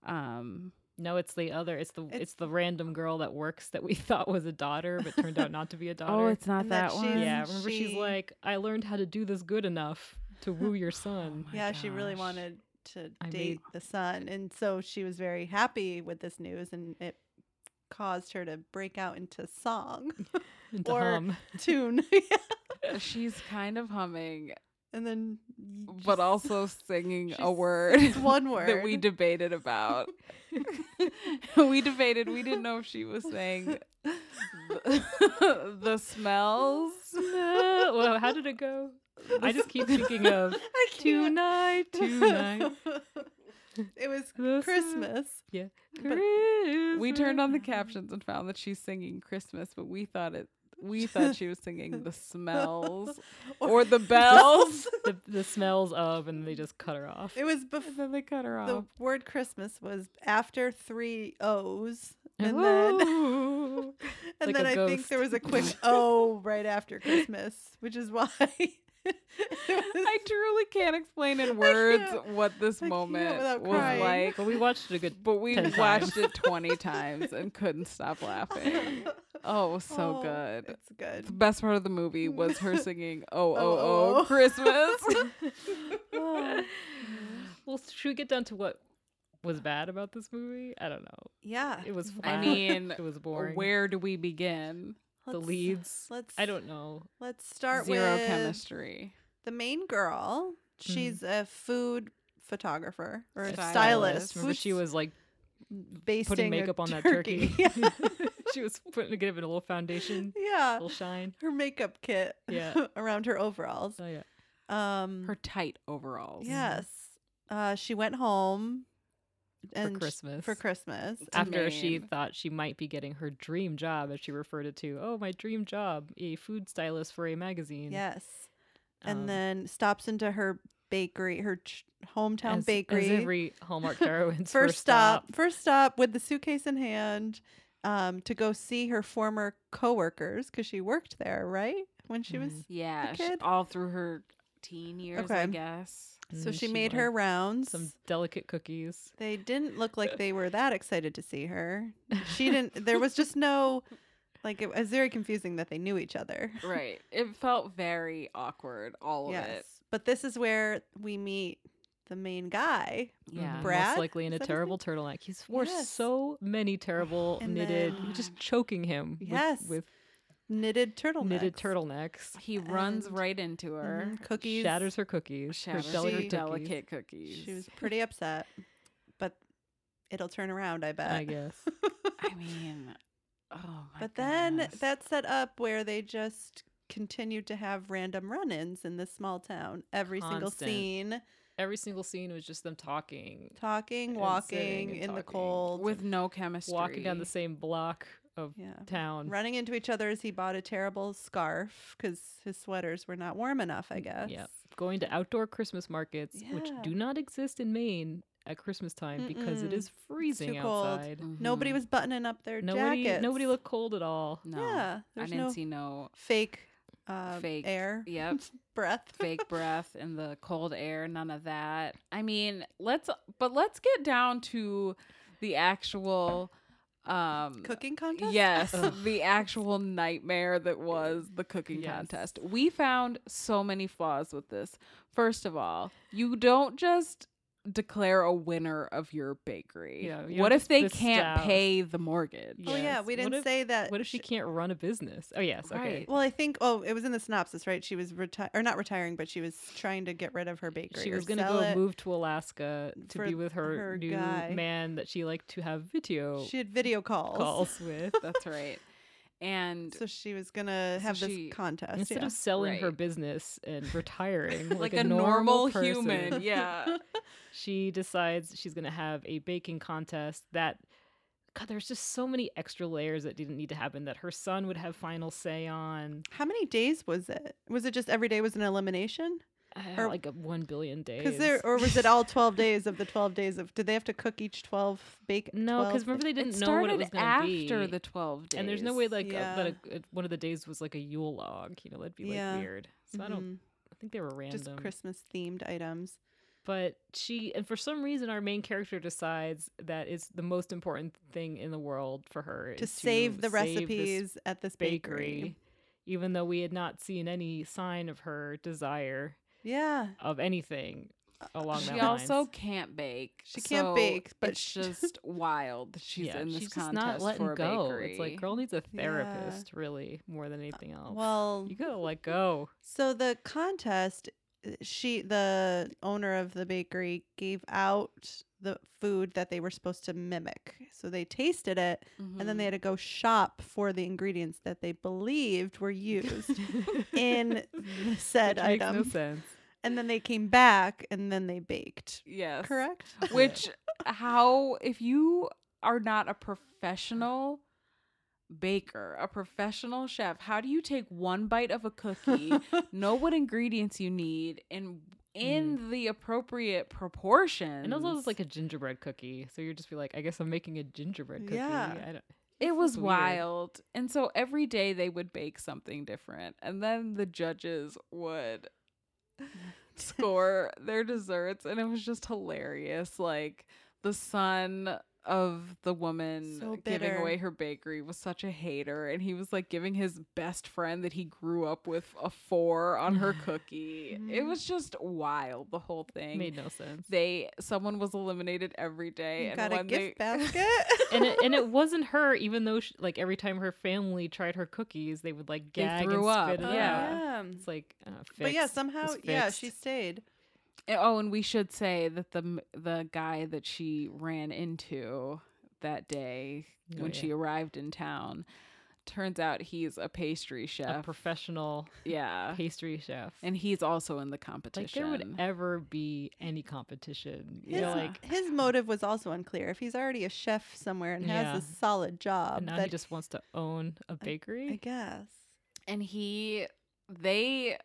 [SPEAKER 3] um
[SPEAKER 1] No, it's the other. It's the it's,
[SPEAKER 2] It's-
[SPEAKER 1] the random girl that works that we thought was a daughter, but turned out not to be a daughter.
[SPEAKER 3] oh it's not
[SPEAKER 2] And
[SPEAKER 3] that
[SPEAKER 2] that she's-
[SPEAKER 3] one
[SPEAKER 1] yeah, remember she's
[SPEAKER 2] she-
[SPEAKER 1] like, I learned how to do this good enough to woo your son.
[SPEAKER 3] Oh my
[SPEAKER 2] yeah, she really
[SPEAKER 3] gosh.
[SPEAKER 2] wanted to
[SPEAKER 1] I
[SPEAKER 2] date the son. And so she was very happy with this news and it caused her to break out into song
[SPEAKER 1] and to
[SPEAKER 2] Or-
[SPEAKER 1] hum.
[SPEAKER 2] tune.
[SPEAKER 3] she's kind of humming
[SPEAKER 2] and then
[SPEAKER 3] but
[SPEAKER 2] just-
[SPEAKER 3] also singing a
[SPEAKER 2] she's-
[SPEAKER 3] word
[SPEAKER 2] it's one word
[SPEAKER 3] that we debated about we debated we didn't know if she was saying the, the smells
[SPEAKER 1] No, well, how did it go? I just keep thinking of
[SPEAKER 2] I can't.
[SPEAKER 1] tonight, tonight.
[SPEAKER 2] it was
[SPEAKER 1] This is-
[SPEAKER 2] Christmas.
[SPEAKER 3] we turned on the
[SPEAKER 1] Christmas.
[SPEAKER 3] captions and found that she's singing Christmas, but we thought it we thought she was singing the smells or the bells.
[SPEAKER 1] the, the smells of, and they just cut her off.
[SPEAKER 2] It was
[SPEAKER 3] and
[SPEAKER 2] before
[SPEAKER 3] then they cut her off.
[SPEAKER 2] the word Christmas was after three O's. And then
[SPEAKER 1] Ooh.
[SPEAKER 2] and
[SPEAKER 1] like
[SPEAKER 2] then
[SPEAKER 1] a
[SPEAKER 2] I think
[SPEAKER 1] ghost.
[SPEAKER 2] there was a quick O right after Christmas, which is why it was-
[SPEAKER 3] I truly can't explain in words
[SPEAKER 2] can't-
[SPEAKER 3] what this
[SPEAKER 2] I can't
[SPEAKER 3] moment
[SPEAKER 2] without
[SPEAKER 3] was
[SPEAKER 2] crying.
[SPEAKER 3] like.
[SPEAKER 1] but we watched it a good.
[SPEAKER 3] But we
[SPEAKER 1] 10
[SPEAKER 3] watched
[SPEAKER 1] times.
[SPEAKER 3] it 20 times and couldn't stop laughing. Oh, it was so
[SPEAKER 2] Oh,
[SPEAKER 3] good.
[SPEAKER 2] It's good.
[SPEAKER 3] The best part of the movie was her singing Oh Oh
[SPEAKER 2] Oh,
[SPEAKER 3] Oh
[SPEAKER 2] oh.
[SPEAKER 3] Christmas.
[SPEAKER 2] Oh.
[SPEAKER 1] Well, should we get down to what was bad about this movie? I don't know.
[SPEAKER 2] Yeah.
[SPEAKER 1] It was.
[SPEAKER 3] I
[SPEAKER 1] Flat.
[SPEAKER 3] mean,
[SPEAKER 1] it was boring.
[SPEAKER 3] where do we begin?
[SPEAKER 1] the
[SPEAKER 2] Let's-
[SPEAKER 1] leads?
[SPEAKER 2] Let's
[SPEAKER 1] I don't know.
[SPEAKER 2] let's start
[SPEAKER 3] Zero
[SPEAKER 2] with
[SPEAKER 3] chemistry.
[SPEAKER 2] the main girl.
[SPEAKER 1] Mm-hmm.
[SPEAKER 2] She's a food photographer or a
[SPEAKER 3] Stylist.
[SPEAKER 2] stylist.
[SPEAKER 1] Remember,
[SPEAKER 2] Food
[SPEAKER 1] she was like
[SPEAKER 2] basting
[SPEAKER 1] putting
[SPEAKER 2] a
[SPEAKER 1] makeup on that turkey.
[SPEAKER 2] Yeah.
[SPEAKER 1] she was putting giving it a little foundation, a
[SPEAKER 2] yeah.
[SPEAKER 1] little shine.
[SPEAKER 2] Her makeup kit
[SPEAKER 1] Yeah.
[SPEAKER 2] around her overalls.
[SPEAKER 1] Oh yeah.
[SPEAKER 2] Um
[SPEAKER 3] Her tight overalls.
[SPEAKER 2] Yes. Uh she went home and sh-
[SPEAKER 1] Christmas.
[SPEAKER 2] For Christmas.
[SPEAKER 3] To
[SPEAKER 1] After she
[SPEAKER 3] name.
[SPEAKER 1] thought she might be getting her dream job, as she referred it to, oh my dream job, a food stylist for a magazine.
[SPEAKER 2] Yes. And
[SPEAKER 1] Um,
[SPEAKER 2] then stops into her bakery, her ch- hometown
[SPEAKER 1] as-
[SPEAKER 2] bakery.
[SPEAKER 1] As every Hallmark heroine's
[SPEAKER 2] first stop, first stop with the suitcase in hand um to go see her former coworkers cuz she worked there, right? When she was
[SPEAKER 3] Yeah.
[SPEAKER 2] The
[SPEAKER 3] sh-
[SPEAKER 2] kid?
[SPEAKER 3] all through her teen years, I
[SPEAKER 2] Okay.
[SPEAKER 3] guess.
[SPEAKER 2] So
[SPEAKER 1] Mm,
[SPEAKER 2] she
[SPEAKER 1] she
[SPEAKER 2] made
[SPEAKER 1] won
[SPEAKER 2] her rounds.
[SPEAKER 1] Some delicate cookies.
[SPEAKER 2] They didn't look like they were that excited to see her. She didn't. There was just no, like, it was very confusing that they knew each other.
[SPEAKER 3] Right. It felt very awkward, all of it.
[SPEAKER 2] But this is where we meet the main guy.
[SPEAKER 3] Yeah.
[SPEAKER 1] Mhm.
[SPEAKER 2] Brad?
[SPEAKER 1] Most likely in
[SPEAKER 2] Is
[SPEAKER 1] a
[SPEAKER 2] that his name?
[SPEAKER 1] terrible turtleneck. He's wore
[SPEAKER 2] Yes.
[SPEAKER 1] so many terrible
[SPEAKER 2] And
[SPEAKER 1] knitted,
[SPEAKER 2] then-
[SPEAKER 1] just choking him. with-
[SPEAKER 2] Yes.
[SPEAKER 1] With,
[SPEAKER 2] knitted turtlenecks.
[SPEAKER 1] knitted turtlenecks,
[SPEAKER 3] He runs
[SPEAKER 2] And-
[SPEAKER 3] right into her,
[SPEAKER 2] Mhm, cookies.
[SPEAKER 1] shatters her cookies,
[SPEAKER 3] shatters
[SPEAKER 1] her
[SPEAKER 3] her
[SPEAKER 1] delicate
[SPEAKER 2] She-
[SPEAKER 1] cookies.
[SPEAKER 3] delicate cookies.
[SPEAKER 2] She was pretty upset, but it'll turn around, I bet.
[SPEAKER 1] I guess.
[SPEAKER 3] I mean, oh my
[SPEAKER 2] but then
[SPEAKER 3] goodness.
[SPEAKER 2] that set up where they just continued to have random run-ins in this small town. Every single
[SPEAKER 1] Constant.
[SPEAKER 2] scene,
[SPEAKER 1] Every single scene was just them talking,
[SPEAKER 2] talking,
[SPEAKER 1] And
[SPEAKER 2] walking
[SPEAKER 1] sitting and
[SPEAKER 2] in the
[SPEAKER 1] talking.
[SPEAKER 2] cold,
[SPEAKER 3] with no chemistry,
[SPEAKER 1] walking down the same block of
[SPEAKER 2] yeah,
[SPEAKER 1] town.
[SPEAKER 2] running into each other as he bought a terrible scarf because his sweaters were not warm enough. I guess.
[SPEAKER 1] Mm, Yep. Going to outdoor Christmas markets, which
[SPEAKER 2] Yeah.
[SPEAKER 1] do not exist in Maine at Christmas time because
[SPEAKER 2] Mm-mm.
[SPEAKER 1] it is freezing
[SPEAKER 2] cold.
[SPEAKER 1] outside.
[SPEAKER 2] Nobody
[SPEAKER 3] Mhm.
[SPEAKER 2] was buttoning up their
[SPEAKER 1] Mm-hmm. Nobody,
[SPEAKER 2] jackets.
[SPEAKER 1] nobody looked cold at all.
[SPEAKER 3] Mm-hmm. No,
[SPEAKER 2] Yeah,
[SPEAKER 3] I
[SPEAKER 2] there's
[SPEAKER 3] didn't
[SPEAKER 2] no
[SPEAKER 3] see no
[SPEAKER 2] fake, uh,
[SPEAKER 3] fake
[SPEAKER 2] air
[SPEAKER 3] Yep,
[SPEAKER 2] breath.
[SPEAKER 3] fake breath in the cold air. None of that. I mean, let's but let's get down to the actual um
[SPEAKER 2] cooking contest.
[SPEAKER 3] Yes,
[SPEAKER 1] Ugh.
[SPEAKER 3] the actual nightmare that was the cooking
[SPEAKER 1] Yes.
[SPEAKER 3] contest. We found so many flaws with this. First of all, you don't just declare a winner of your bakery.
[SPEAKER 1] Yeah, you
[SPEAKER 3] what
[SPEAKER 1] don't
[SPEAKER 3] if they
[SPEAKER 1] just
[SPEAKER 3] can't
[SPEAKER 1] douse.
[SPEAKER 3] pay the mortgage?
[SPEAKER 2] Oh yeah,
[SPEAKER 1] Yes.
[SPEAKER 2] we
[SPEAKER 1] What
[SPEAKER 2] didn't
[SPEAKER 1] if-
[SPEAKER 2] say that.
[SPEAKER 1] What if she can't run a business? Oh yes, okay.
[SPEAKER 3] Right.
[SPEAKER 2] Well, I think oh, it was in the synopsis, right? She was reti- or not retiring, but she was trying to get rid of her bakery.
[SPEAKER 1] She
[SPEAKER 2] or
[SPEAKER 1] was gonna
[SPEAKER 2] sell
[SPEAKER 1] go
[SPEAKER 2] it.
[SPEAKER 1] move to Alaska to
[SPEAKER 2] for
[SPEAKER 1] be with her,
[SPEAKER 2] her
[SPEAKER 1] new
[SPEAKER 2] guy.
[SPEAKER 1] man that she liked to have video
[SPEAKER 2] She had video calls,
[SPEAKER 1] calls with.
[SPEAKER 3] That's right. And
[SPEAKER 2] so she was gonna
[SPEAKER 3] So
[SPEAKER 2] have
[SPEAKER 3] she-
[SPEAKER 2] this contest.
[SPEAKER 1] Instead
[SPEAKER 2] yeah.
[SPEAKER 1] of selling her
[SPEAKER 3] Right.
[SPEAKER 1] business and retiring
[SPEAKER 3] like, a, normal,
[SPEAKER 1] person,
[SPEAKER 3] human. Yeah.
[SPEAKER 1] she decides she's going to have a baking contest that god there's just so many extra layers that didn't need to happen that her son would have final say on
[SPEAKER 2] How many days was it? Was it just every day was an elimination?
[SPEAKER 1] uh,
[SPEAKER 2] Or-
[SPEAKER 1] like a 1 billion days
[SPEAKER 2] Because there, or was it all twelve days of the twelve days of? Did they have to cook each twelve bake?
[SPEAKER 1] no because
[SPEAKER 2] 12
[SPEAKER 1] remember they
[SPEAKER 3] It
[SPEAKER 1] didn't know what
[SPEAKER 3] started
[SPEAKER 1] it was going to be
[SPEAKER 3] after the 12 days.
[SPEAKER 1] and there's no way like a- that
[SPEAKER 2] Yeah.
[SPEAKER 1] a, a- one of the days was like a yule log you know that'd be like
[SPEAKER 2] Yeah.
[SPEAKER 1] weird so i don't
[SPEAKER 2] Mhm.
[SPEAKER 1] i think they were random
[SPEAKER 2] just Christmas themed items.
[SPEAKER 1] but she and for some reason our main character decides that it's the most important thing in the world for her
[SPEAKER 2] to
[SPEAKER 1] is
[SPEAKER 2] save the
[SPEAKER 1] save this
[SPEAKER 2] recipes at this bakery.
[SPEAKER 1] bakery, even though we had not seen any sign of her desire
[SPEAKER 2] Yeah.
[SPEAKER 1] of anything along
[SPEAKER 3] she
[SPEAKER 1] that
[SPEAKER 3] also
[SPEAKER 1] lines.
[SPEAKER 3] can't bake.
[SPEAKER 2] She can't
[SPEAKER 3] so
[SPEAKER 2] bake, but
[SPEAKER 3] it's
[SPEAKER 2] she-
[SPEAKER 3] just wild. that She's
[SPEAKER 1] yeah,
[SPEAKER 3] in this
[SPEAKER 1] she's just
[SPEAKER 3] contest
[SPEAKER 1] not letting
[SPEAKER 3] for a
[SPEAKER 1] go.
[SPEAKER 3] bakery.
[SPEAKER 1] It's like girl needs a
[SPEAKER 2] Yeah.
[SPEAKER 1] therapist, really, more than anything else.
[SPEAKER 2] Well,
[SPEAKER 1] you gotta let go.
[SPEAKER 2] so the contest, uh, she, the owner of the bakery, gave out the food that they were supposed to mimic. So they tasted it, and then they
[SPEAKER 1] Mm.
[SPEAKER 2] had to go shop for the ingredients that they believed were used in the said
[SPEAKER 1] Which makes
[SPEAKER 2] item.
[SPEAKER 1] no sense.
[SPEAKER 2] And then they came back, and then they baked.
[SPEAKER 3] yes,
[SPEAKER 2] Correct.
[SPEAKER 3] Which how if you are not a professional baker, a professional chef, how do you take one bite of a cookie,
[SPEAKER 1] eh,
[SPEAKER 3] know what ingredients you need, and in the appropriate proportion?
[SPEAKER 1] Mm. And also, it's like a gingerbread cookie, so you're just be like, I guess I'm making a gingerbread cookie.
[SPEAKER 2] Yeah.
[SPEAKER 1] I don't,
[SPEAKER 3] It was
[SPEAKER 1] weird.
[SPEAKER 3] wild. And so every day they would bake something different. And then the judges would score their desserts. And it was just hilarious. Like the son of the woman
[SPEAKER 2] So
[SPEAKER 3] giving
[SPEAKER 2] bitter.
[SPEAKER 3] away her bakery was such a hater. And he was like giving his best friend that he grew up with a four on her cookie. it
[SPEAKER 2] Mhm.
[SPEAKER 3] was just wild, the whole thing.
[SPEAKER 1] made no sense.
[SPEAKER 3] they someone was eliminated every day.
[SPEAKER 2] You
[SPEAKER 3] and
[SPEAKER 2] got a
[SPEAKER 3] when
[SPEAKER 2] gift
[SPEAKER 3] they,
[SPEAKER 2] basket.
[SPEAKER 1] and it, and it wasn't her, even though she, like every time her family tried her cookies, they would like
[SPEAKER 3] They
[SPEAKER 1] gag
[SPEAKER 3] threw
[SPEAKER 1] and
[SPEAKER 3] up,
[SPEAKER 1] spit it
[SPEAKER 2] Oh,
[SPEAKER 1] out.
[SPEAKER 3] yeah.
[SPEAKER 1] It's like, uh,
[SPEAKER 2] But yeah,
[SPEAKER 1] fixed.
[SPEAKER 2] somehow,
[SPEAKER 1] was
[SPEAKER 2] yeah,
[SPEAKER 1] fixed.
[SPEAKER 2] she stayed.
[SPEAKER 3] And- Oh, and we should say that the m- the guy that she ran into that day
[SPEAKER 1] Oh,
[SPEAKER 3] when
[SPEAKER 1] yeah.
[SPEAKER 3] she arrived in town turns out he's a pastry chef.
[SPEAKER 1] a professional
[SPEAKER 3] yeah.
[SPEAKER 1] pastry chef.
[SPEAKER 3] And he's also in the
[SPEAKER 1] like
[SPEAKER 3] competition.
[SPEAKER 1] there would ever be any competition.
[SPEAKER 2] His,
[SPEAKER 1] You're like,
[SPEAKER 2] his motive was also unclear. If he's already a chef somewhere and
[SPEAKER 1] Yeah.
[SPEAKER 2] has a solid job,
[SPEAKER 1] and now
[SPEAKER 2] that
[SPEAKER 1] he just wants to own a bakery.
[SPEAKER 2] I guess.
[SPEAKER 1] e-,
[SPEAKER 3] and he they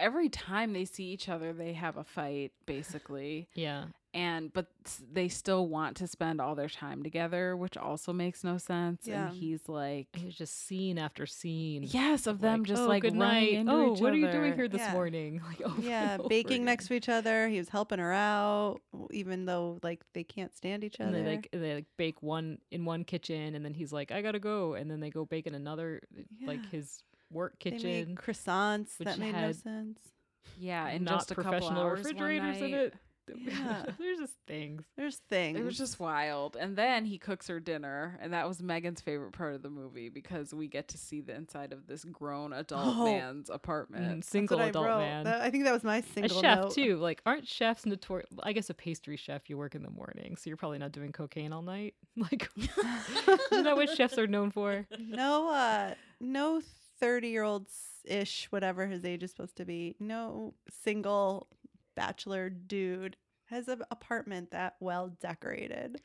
[SPEAKER 3] every time they see each other they have a fight basically.
[SPEAKER 1] yeah,
[SPEAKER 3] and but s- they still want to spend all their time together, which also makes no sense.
[SPEAKER 2] Yeah.
[SPEAKER 3] And he's like
[SPEAKER 1] it was just scene after scene.
[SPEAKER 3] Yes, of
[SPEAKER 1] Like,
[SPEAKER 3] them just
[SPEAKER 1] "Oh,
[SPEAKER 3] like
[SPEAKER 1] good
[SPEAKER 3] running
[SPEAKER 1] night.
[SPEAKER 3] into
[SPEAKER 1] oh,
[SPEAKER 3] each
[SPEAKER 1] what are you doing
[SPEAKER 3] other."
[SPEAKER 1] here this
[SPEAKER 2] Yeah.
[SPEAKER 1] morning? Like, over
[SPEAKER 2] yeah,
[SPEAKER 1] and over
[SPEAKER 2] baking
[SPEAKER 1] again.
[SPEAKER 2] next to each other. He was helping her out, w- even though like they can't stand each
[SPEAKER 1] And
[SPEAKER 2] other.
[SPEAKER 1] they like they like bake one in one kitchen, and then he's like, "I gotta go," and then they go bake in another, like
[SPEAKER 2] Yeah.
[SPEAKER 1] his work
[SPEAKER 2] They made
[SPEAKER 1] kitchen.
[SPEAKER 2] croissants
[SPEAKER 1] which
[SPEAKER 2] that made no
[SPEAKER 1] had
[SPEAKER 2] sense.
[SPEAKER 3] Yeah, and
[SPEAKER 1] not
[SPEAKER 3] just a couple
[SPEAKER 1] professional
[SPEAKER 3] hours one
[SPEAKER 1] refrigerators in
[SPEAKER 3] night.
[SPEAKER 1] it.
[SPEAKER 3] Yeah.
[SPEAKER 1] There's just things.
[SPEAKER 2] There's things.
[SPEAKER 3] It was just wild. And then he cooks her dinner, and that was Megan's favorite part of the movie because we get to see the inside of this grown adult
[SPEAKER 2] Oh.
[SPEAKER 3] man's
[SPEAKER 1] Mm,
[SPEAKER 3] apartment.
[SPEAKER 2] That's
[SPEAKER 1] single
[SPEAKER 2] what I
[SPEAKER 1] adult
[SPEAKER 2] wrote.
[SPEAKER 1] man.
[SPEAKER 2] That- I think that was my
[SPEAKER 1] a
[SPEAKER 2] single
[SPEAKER 1] chef
[SPEAKER 2] note.
[SPEAKER 1] too. Like, aren't chefs notorious? I guess a pastry chef, you work in the morning, so you're probably not doing cocaine all night. Like, isn't that what chefs are known for?
[SPEAKER 2] no uh no 30 year olds ish whatever his age is supposed to be no single bachelor dude has an apartment that well decorated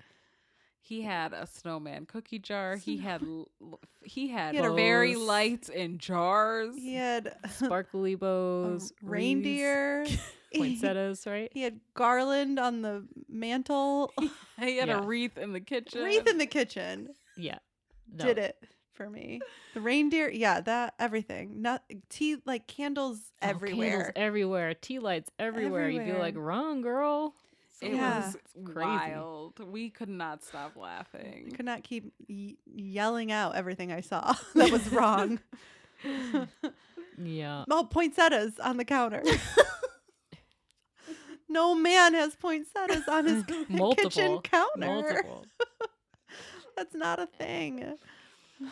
[SPEAKER 3] He had a snowman cookie jar. He had l- l- he had
[SPEAKER 2] He had a
[SPEAKER 3] fairy
[SPEAKER 1] rose.
[SPEAKER 3] lights in jars.
[SPEAKER 2] he had a
[SPEAKER 1] Sparkly bows, wreaths,
[SPEAKER 2] Um, reindeer He-
[SPEAKER 1] poinsettias, right?
[SPEAKER 2] he had garland on the mantle
[SPEAKER 3] He had a
[SPEAKER 1] Yeah.
[SPEAKER 3] wreath in the kitchen.
[SPEAKER 2] wreath in the kitchen
[SPEAKER 1] Yeah. No.
[SPEAKER 2] did it for me the reindeer yeah that everything not tea like candles
[SPEAKER 1] Oh, candles
[SPEAKER 2] everywhere
[SPEAKER 1] everywhere. Tea lights everywhere. You'd be like,
[SPEAKER 2] Everywhere.
[SPEAKER 1] wrong, girl.
[SPEAKER 3] It
[SPEAKER 2] Yeah.
[SPEAKER 3] was
[SPEAKER 1] crazy.
[SPEAKER 3] wild. We could not stop
[SPEAKER 2] I
[SPEAKER 3] laughing.
[SPEAKER 2] could not keep y- yelling out everything I saw that was wrong.
[SPEAKER 1] Yeah.
[SPEAKER 2] oh, poinsettias on the counter. no man has poinsettias on his c- kitchen
[SPEAKER 1] Multiple.
[SPEAKER 2] counter.
[SPEAKER 1] Multiple.
[SPEAKER 2] That's not a thing.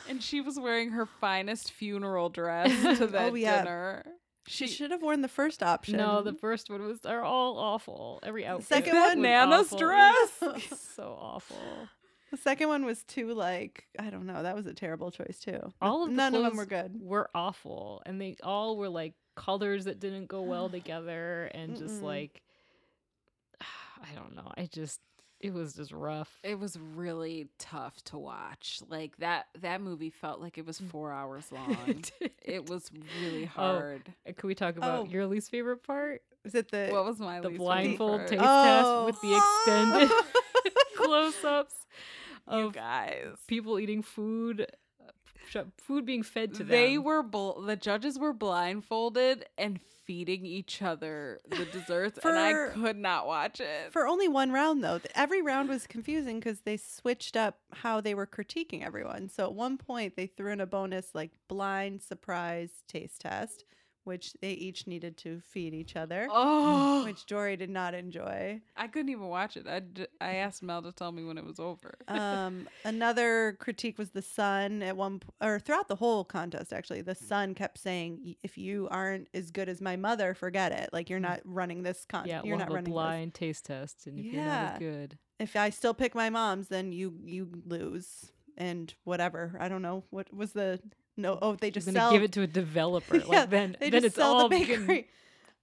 [SPEAKER 3] And she was wearing her finest funeral dress to
[SPEAKER 1] Oh,
[SPEAKER 3] that
[SPEAKER 2] yeah.
[SPEAKER 3] dinner.
[SPEAKER 2] She should have worn the first option.
[SPEAKER 1] No, the first one was are all awful. Every outfit.
[SPEAKER 2] second
[SPEAKER 1] was
[SPEAKER 2] one-
[SPEAKER 3] Nana's
[SPEAKER 1] awful.
[SPEAKER 3] dress.
[SPEAKER 1] so awful.
[SPEAKER 2] the second one was too like I don't know. That was a terrible choice too.
[SPEAKER 1] All of the
[SPEAKER 2] None of them
[SPEAKER 1] clothes
[SPEAKER 2] were good.
[SPEAKER 1] were awful and they all were like colors that didn't go well together and just
[SPEAKER 2] Mm-mm.
[SPEAKER 1] like i don't know i just it was just rough
[SPEAKER 3] It was really tough to watch. Like that that movie felt like it was 4 hours long. it was really hard.
[SPEAKER 1] Uh, can we talk about
[SPEAKER 2] Oh.
[SPEAKER 1] your least favorite part
[SPEAKER 2] Is it the
[SPEAKER 3] what was my
[SPEAKER 1] the
[SPEAKER 3] least
[SPEAKER 1] blindfold
[SPEAKER 3] favorite?
[SPEAKER 1] taste
[SPEAKER 2] Oh.
[SPEAKER 1] test with the extended close-ups
[SPEAKER 3] you
[SPEAKER 1] of
[SPEAKER 3] guys.
[SPEAKER 1] people eating food uh, sh- food being fed to them
[SPEAKER 3] They were bl- the judges were blindfolded and feeding each other the desserts, and I
[SPEAKER 2] For-
[SPEAKER 3] could not watch it.
[SPEAKER 2] for only one round though Th- every round was confusing because they switched up how they were critiquing everyone so at one point they threw in a bonus like blind surprise taste test which they each needed to feed each other
[SPEAKER 3] oh,
[SPEAKER 2] which Jory did not enjoy.
[SPEAKER 3] I couldn't even watch it. I, d- I asked Mel to tell me when it was over.
[SPEAKER 2] Um, another critique was the sun at one p- or throughout the whole contest actually.
[SPEAKER 1] Mm.
[SPEAKER 2] The sun kept saying, "Y- "If you aren't as good as my mother, forget it. Like you're
[SPEAKER 1] Mm.
[SPEAKER 2] not running this con.
[SPEAKER 1] yeah we'll
[SPEAKER 2] you're not
[SPEAKER 1] have a
[SPEAKER 2] running this.
[SPEAKER 1] blind taste test and if you're not
[SPEAKER 2] Yeah.
[SPEAKER 1] as good
[SPEAKER 2] if I still pick my mom's, then you you lose and whatever. I don't know what was the no. Oh, they just
[SPEAKER 1] you're
[SPEAKER 2] sell.
[SPEAKER 1] gonna give it to a developer
[SPEAKER 2] Yeah,
[SPEAKER 1] like then
[SPEAKER 2] they
[SPEAKER 1] then
[SPEAKER 2] just
[SPEAKER 1] it's
[SPEAKER 2] sell
[SPEAKER 1] all
[SPEAKER 2] the
[SPEAKER 1] freaking
[SPEAKER 2] bakery.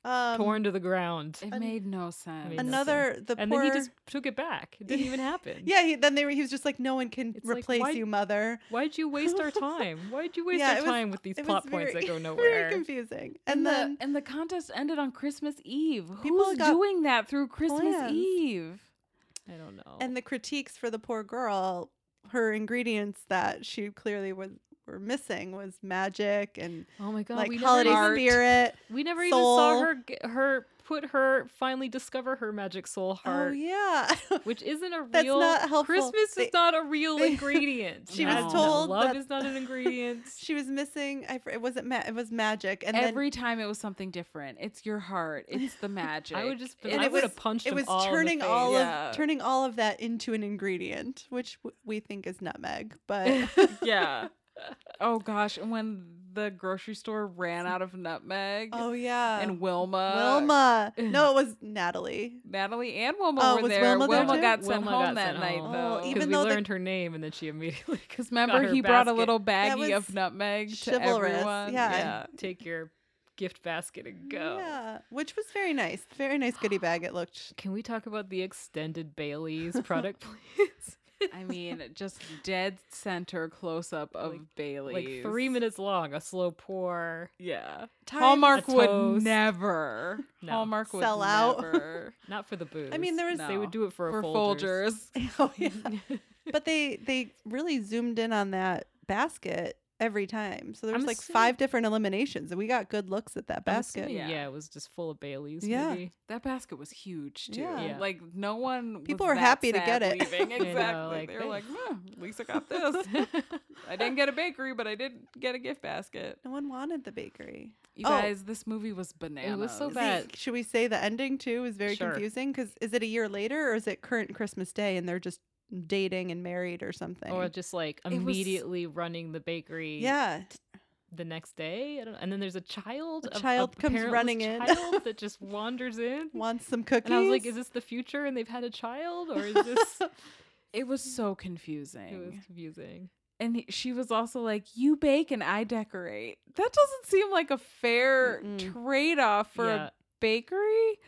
[SPEAKER 2] Um,
[SPEAKER 1] torn to the ground
[SPEAKER 3] It
[SPEAKER 2] an-
[SPEAKER 3] made no sense.
[SPEAKER 1] made no
[SPEAKER 2] another the
[SPEAKER 1] and
[SPEAKER 2] poor.
[SPEAKER 1] then he just took it back. It didn't even happen.
[SPEAKER 2] yeah, he, then they were, he was just like, no one can
[SPEAKER 1] It's like,
[SPEAKER 2] replace
[SPEAKER 1] why-
[SPEAKER 2] you, mother.
[SPEAKER 1] Why'd you waste our time? Why'd you waste
[SPEAKER 2] Yeah,
[SPEAKER 1] our
[SPEAKER 2] it was-
[SPEAKER 1] time with these
[SPEAKER 2] It was
[SPEAKER 1] plot points
[SPEAKER 2] very-
[SPEAKER 1] that go nowhere?
[SPEAKER 2] very confusing. And,
[SPEAKER 3] And,
[SPEAKER 2] then
[SPEAKER 3] the and the contest ended on Christmas Eve.
[SPEAKER 2] People
[SPEAKER 3] Who's
[SPEAKER 2] got
[SPEAKER 3] doing that through Christmas
[SPEAKER 2] plans.
[SPEAKER 3] Eve?
[SPEAKER 1] I don't know.
[SPEAKER 2] and the critiques for the poor girl, her ingredients that she clearly was were missing was magic and
[SPEAKER 1] oh my god,
[SPEAKER 2] like
[SPEAKER 1] we
[SPEAKER 2] holiday
[SPEAKER 1] never,
[SPEAKER 3] Art.
[SPEAKER 2] spirit.
[SPEAKER 1] we never even saw
[SPEAKER 2] soul.
[SPEAKER 1] her g- her put her finally discover her magic soul heart,
[SPEAKER 2] Oh yeah.
[SPEAKER 1] which isn't a
[SPEAKER 2] That's
[SPEAKER 1] real
[SPEAKER 2] not helpful.
[SPEAKER 1] Christmas
[SPEAKER 2] They-
[SPEAKER 1] is not a real
[SPEAKER 2] they-
[SPEAKER 1] ingredient.
[SPEAKER 2] She
[SPEAKER 3] was
[SPEAKER 1] That's-
[SPEAKER 2] told
[SPEAKER 1] love
[SPEAKER 2] that-
[SPEAKER 1] is not an ingredient.
[SPEAKER 2] She was missing. I, fr- it wasn't. Ma- it was magic. And then
[SPEAKER 3] Every time it was something different. It's your heart. It's the magic.
[SPEAKER 1] I would just
[SPEAKER 3] It's
[SPEAKER 2] And
[SPEAKER 1] I
[SPEAKER 2] it
[SPEAKER 1] would
[SPEAKER 2] was-
[SPEAKER 1] have punched him
[SPEAKER 2] it was
[SPEAKER 1] all in the
[SPEAKER 2] turning
[SPEAKER 1] face.
[SPEAKER 2] all
[SPEAKER 3] Yeah.
[SPEAKER 2] of turning all of that into an ingredient, which w- we think is nutmeg. But
[SPEAKER 3] yeah. Oh gosh, and when the grocery store ran out of nutmeg
[SPEAKER 2] oh yeah,
[SPEAKER 3] and Wilma,
[SPEAKER 2] Wilma. No, it was Natalie.
[SPEAKER 3] Natalie and Wilma
[SPEAKER 2] Oh,
[SPEAKER 3] were
[SPEAKER 2] was
[SPEAKER 3] there.
[SPEAKER 2] Wilma there too?
[SPEAKER 3] got sent
[SPEAKER 1] Wilma
[SPEAKER 3] home
[SPEAKER 1] got
[SPEAKER 3] that
[SPEAKER 1] sent
[SPEAKER 3] night
[SPEAKER 1] home.
[SPEAKER 3] though.
[SPEAKER 2] Oh, even
[SPEAKER 1] Because we
[SPEAKER 2] though the-
[SPEAKER 1] learned her name and then she immediately
[SPEAKER 3] Because remember,
[SPEAKER 1] her
[SPEAKER 3] he brought a
[SPEAKER 1] basket.
[SPEAKER 3] little baggie
[SPEAKER 2] was
[SPEAKER 3] of nutmeg to
[SPEAKER 2] chivalrous,
[SPEAKER 3] everyone.
[SPEAKER 2] yeah.
[SPEAKER 1] take your gift basket and go.
[SPEAKER 2] Yeah, which was very nice. Very nice goodie bag. It looked.
[SPEAKER 1] Can we talk about the extended Bailey's product, please?
[SPEAKER 3] I mean, just dead center close up of
[SPEAKER 1] Like-
[SPEAKER 3] Bailey.
[SPEAKER 1] like three minutes long, a slow pour.
[SPEAKER 3] Yeah.
[SPEAKER 2] Time-
[SPEAKER 3] Hallmark
[SPEAKER 1] A
[SPEAKER 3] would
[SPEAKER 1] toast.
[SPEAKER 3] never.
[SPEAKER 1] No.
[SPEAKER 3] Hallmark would
[SPEAKER 2] Sell out.
[SPEAKER 3] never.
[SPEAKER 1] Not for the booze.
[SPEAKER 2] I mean, there was.
[SPEAKER 3] No.
[SPEAKER 1] they would do it for,
[SPEAKER 3] For
[SPEAKER 1] a Folgers.
[SPEAKER 3] Folgers.
[SPEAKER 2] Oh yeah. but they they really zoomed in on that basket every time. So there
[SPEAKER 1] I'm
[SPEAKER 2] was like
[SPEAKER 1] assuming-
[SPEAKER 2] five different eliminations, and we got good looks at that
[SPEAKER 1] I'm
[SPEAKER 2] basket.
[SPEAKER 1] assuming, yeah.
[SPEAKER 3] Yeah.
[SPEAKER 1] it was just full of Baileys.
[SPEAKER 2] Yeah.
[SPEAKER 1] maybe.
[SPEAKER 3] That basket was huge too.
[SPEAKER 2] Yeah.
[SPEAKER 1] Yeah.
[SPEAKER 3] Like no one.
[SPEAKER 2] People
[SPEAKER 3] was
[SPEAKER 2] were
[SPEAKER 3] that
[SPEAKER 2] happy to
[SPEAKER 3] sad
[SPEAKER 2] get it.
[SPEAKER 3] Leaving.
[SPEAKER 1] I know,
[SPEAKER 3] Exactly.
[SPEAKER 1] like,
[SPEAKER 3] they were like,
[SPEAKER 1] thanks.
[SPEAKER 3] huh, Lisa got this. I didn't get a bakery, but I did get a gift basket.
[SPEAKER 2] No one wanted the bakery.
[SPEAKER 3] You
[SPEAKER 2] Oh.
[SPEAKER 3] guys, this movie was bananas.
[SPEAKER 1] was so
[SPEAKER 2] Is
[SPEAKER 1] bad.
[SPEAKER 2] it- should we say the ending too is very
[SPEAKER 1] Sure.
[SPEAKER 2] confusing? Because is it a year later or is it current Christmas Day and they're just dating and married or something?
[SPEAKER 1] Or just like
[SPEAKER 3] was-
[SPEAKER 1] immediately running the bakery
[SPEAKER 2] yeah,
[SPEAKER 1] the next day. I don't, and then there's a child.
[SPEAKER 2] A child comes
[SPEAKER 1] parentless
[SPEAKER 2] running in.
[SPEAKER 1] Child that just wanders in.
[SPEAKER 2] wants some cookies.
[SPEAKER 1] And I was like, is this the future and they've had a child? Or is this.
[SPEAKER 3] It was so
[SPEAKER 1] it was
[SPEAKER 3] confusing.
[SPEAKER 1] confusing.
[SPEAKER 3] And he- she was also like, "You bake and I decorate." That doesn't seem like a fair
[SPEAKER 2] Mm-mm.
[SPEAKER 3] trade-off for
[SPEAKER 1] yeah.
[SPEAKER 3] a bakery.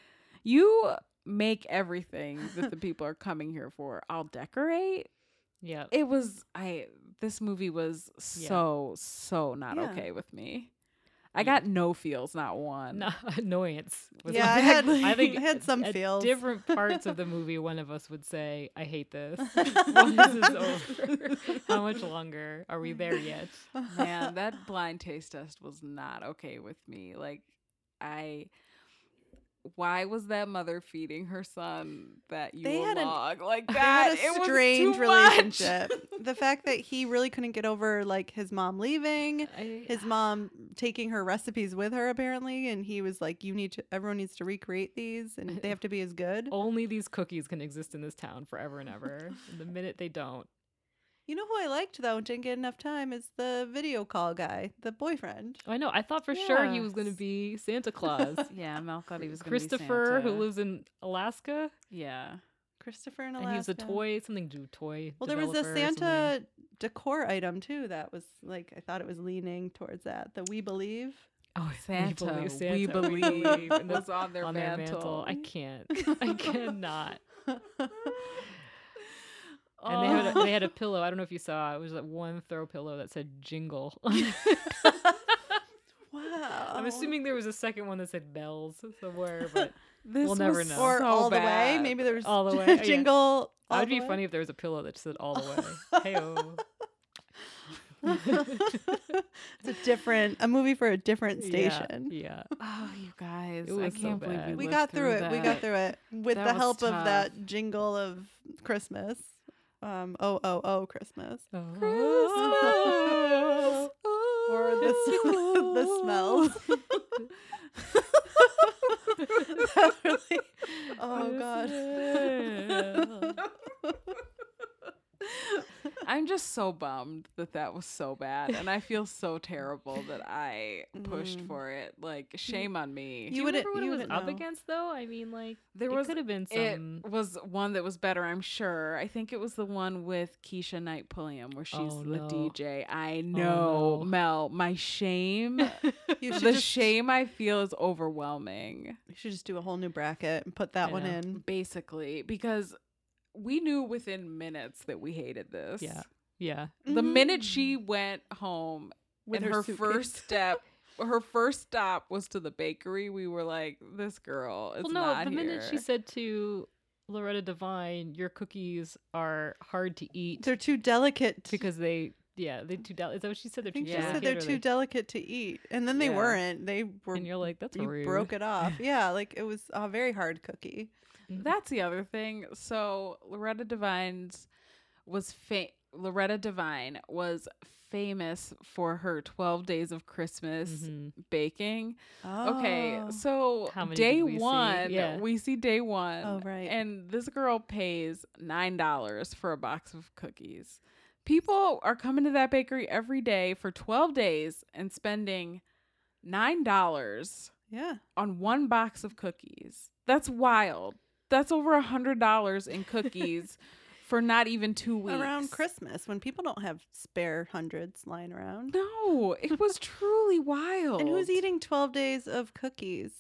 [SPEAKER 3] You make everything that the people are coming here for. I'll decorate.
[SPEAKER 1] Yeah.
[SPEAKER 3] it was i this movie was
[SPEAKER 1] Yeah.
[SPEAKER 3] so so not
[SPEAKER 2] Yeah.
[SPEAKER 3] okay with me i
[SPEAKER 1] Yeah.
[SPEAKER 3] got no feels not one
[SPEAKER 1] No, annoyance. was
[SPEAKER 2] yeah, I
[SPEAKER 1] the-
[SPEAKER 2] had,
[SPEAKER 3] Exactly.
[SPEAKER 2] I
[SPEAKER 1] I think
[SPEAKER 2] had some
[SPEAKER 1] at
[SPEAKER 2] feels.
[SPEAKER 1] different parts of the movie, one of us would say, I hate this. Once is over. How much longer? Are we there yet?
[SPEAKER 3] man that blind taste test was not okay with me like i why was that mother feeding her son that you
[SPEAKER 2] They had an-
[SPEAKER 3] log like
[SPEAKER 2] They had
[SPEAKER 3] that?
[SPEAKER 2] a
[SPEAKER 3] It was
[SPEAKER 2] strange
[SPEAKER 3] too much.
[SPEAKER 2] relationship. the fact that he really couldn't get over like his mom leaving,
[SPEAKER 1] I,
[SPEAKER 2] his mom taking her recipes with her apparently, and he was like, "You need to. Everyone needs to recreate these, and they have to be as good."
[SPEAKER 1] only these cookies can exist in this town forever and ever. And the minute they don't,
[SPEAKER 2] You know who I liked though, and didn't get enough time is the video call guy, the boyfriend.
[SPEAKER 1] Oh, I know. I thought for sure he was going to
[SPEAKER 3] Yes.
[SPEAKER 1] be Santa Claus.
[SPEAKER 3] yeah mel thought he was gonna be
[SPEAKER 1] Christopher, who
[SPEAKER 3] Santa.
[SPEAKER 1] lives in Alaska,
[SPEAKER 3] yeah
[SPEAKER 2] Christopher in
[SPEAKER 1] and he was
[SPEAKER 2] Alaska.
[SPEAKER 1] a toy, something to do with toy.
[SPEAKER 2] Well, there was a
[SPEAKER 1] developer or something.
[SPEAKER 2] Santa decor item too that was like I thought it was leaning towards that. The We Believe.
[SPEAKER 1] Oh,
[SPEAKER 3] Santa,
[SPEAKER 1] We believe. Santa,
[SPEAKER 3] we believe,
[SPEAKER 1] and
[SPEAKER 3] was
[SPEAKER 1] that's
[SPEAKER 3] on their
[SPEAKER 1] on their mantle.
[SPEAKER 3] mantle.
[SPEAKER 1] I can't. I cannot. And they had, a,
[SPEAKER 3] Oh.
[SPEAKER 1] they had a pillow. I don't know if you saw. It was that one throw pillow that said "jingle."
[SPEAKER 2] Wow.
[SPEAKER 1] I'm assuming there was a second one that said "bells" somewhere, but
[SPEAKER 3] This
[SPEAKER 1] We'll never
[SPEAKER 3] was
[SPEAKER 1] know.
[SPEAKER 2] or
[SPEAKER 3] so
[SPEAKER 2] all the
[SPEAKER 3] bad.
[SPEAKER 2] way. Maybe there was
[SPEAKER 1] All the Way, oh, yeah.
[SPEAKER 2] jingle.
[SPEAKER 1] that
[SPEAKER 2] All
[SPEAKER 1] would
[SPEAKER 2] the
[SPEAKER 1] be
[SPEAKER 2] Way.
[SPEAKER 1] funny if there was a pillow that said "all the way." Hey-o.
[SPEAKER 2] it's a different a movie for a different
[SPEAKER 1] Yeah,
[SPEAKER 2] station.
[SPEAKER 1] Yeah,
[SPEAKER 3] Oh, you guys!
[SPEAKER 1] It was
[SPEAKER 3] I
[SPEAKER 1] so
[SPEAKER 3] can't believe
[SPEAKER 1] bad.
[SPEAKER 3] we,
[SPEAKER 2] We
[SPEAKER 3] lived
[SPEAKER 2] got through it. We got
[SPEAKER 3] that.
[SPEAKER 2] through it with
[SPEAKER 3] That
[SPEAKER 2] the
[SPEAKER 3] was
[SPEAKER 2] help
[SPEAKER 3] tough.
[SPEAKER 2] of that jingle of Christmas. Um, oh, oh, oh, Christmas.
[SPEAKER 1] Oh.
[SPEAKER 2] Or the, s- the smells. That really- oh, God.
[SPEAKER 1] Christmas.
[SPEAKER 3] I'm just so bummed that that was so bad, and I feel so terrible that I pushed
[SPEAKER 2] Mm.
[SPEAKER 3] for it. Like shame on me.
[SPEAKER 1] Do
[SPEAKER 2] You
[SPEAKER 1] you
[SPEAKER 2] wouldn't-
[SPEAKER 1] remember what
[SPEAKER 2] you
[SPEAKER 1] it was
[SPEAKER 2] wouldn't
[SPEAKER 1] up
[SPEAKER 2] know.
[SPEAKER 1] against, though? I mean, like
[SPEAKER 3] there
[SPEAKER 1] it
[SPEAKER 3] was
[SPEAKER 1] could have been
[SPEAKER 3] it
[SPEAKER 1] some.
[SPEAKER 3] was one that was better. I'm sure. I think it was the one with Keisha Knight Pulliam where she's
[SPEAKER 1] Oh,
[SPEAKER 3] the
[SPEAKER 1] no. Oh,
[SPEAKER 3] DJ. I know,
[SPEAKER 1] no.
[SPEAKER 3] Mel. My shame.
[SPEAKER 2] You should,
[SPEAKER 3] the
[SPEAKER 2] just,
[SPEAKER 3] shame I feel is overwhelming.
[SPEAKER 2] you should just do a whole new bracket and put that
[SPEAKER 1] I
[SPEAKER 2] one
[SPEAKER 1] know.
[SPEAKER 2] in.
[SPEAKER 3] basically because we knew within minutes that we hated this.
[SPEAKER 1] Yeah. yeah,
[SPEAKER 3] The
[SPEAKER 2] Mhm.
[SPEAKER 3] minute she went home
[SPEAKER 2] With
[SPEAKER 3] and her,
[SPEAKER 2] suitcase.
[SPEAKER 3] first step her first stop was to the bakery, we were like, This girl is
[SPEAKER 1] well, no,
[SPEAKER 3] not
[SPEAKER 1] the minute she
[SPEAKER 3] here."
[SPEAKER 1] said to Loretta Devine, "Your cookies are hard to eat
[SPEAKER 2] They're too delicate.
[SPEAKER 1] because they, yeah, they too delicate." Is that what she said? They're
[SPEAKER 2] I think
[SPEAKER 1] too
[SPEAKER 2] she
[SPEAKER 3] Yeah.
[SPEAKER 2] said
[SPEAKER 1] delicate.
[SPEAKER 2] they're
[SPEAKER 1] or
[SPEAKER 2] too delicate to eat. And then they
[SPEAKER 3] Yeah.
[SPEAKER 2] weren't. They were.
[SPEAKER 1] and you're like, "That's
[SPEAKER 2] you
[SPEAKER 1] rude."
[SPEAKER 2] broke it off. Yeah, like it was a very hard cookie.
[SPEAKER 3] That's the other thing. So Loretta Devine's was fa- Loretta Devine was famous for her 12 days of Christmas
[SPEAKER 1] Mhm.
[SPEAKER 3] baking. Okay,
[SPEAKER 2] Oh.
[SPEAKER 3] so
[SPEAKER 1] How many
[SPEAKER 3] day
[SPEAKER 1] did we see?
[SPEAKER 3] one,
[SPEAKER 1] Yeah.
[SPEAKER 3] we see day one.
[SPEAKER 2] Oh, right.
[SPEAKER 3] And this girl pays nine dollars for a box of cookies. People are coming to that bakery every day for twelve days and spending nine dollars
[SPEAKER 2] yeah.
[SPEAKER 3] on one box of cookies. That's wild. That's over a hundred dollars in cookies for not even two weeks
[SPEAKER 2] Around Christmas when people don't have spare hundreds lying around.
[SPEAKER 3] No, it was truly wild.
[SPEAKER 2] And who's eating 12 days of cookies?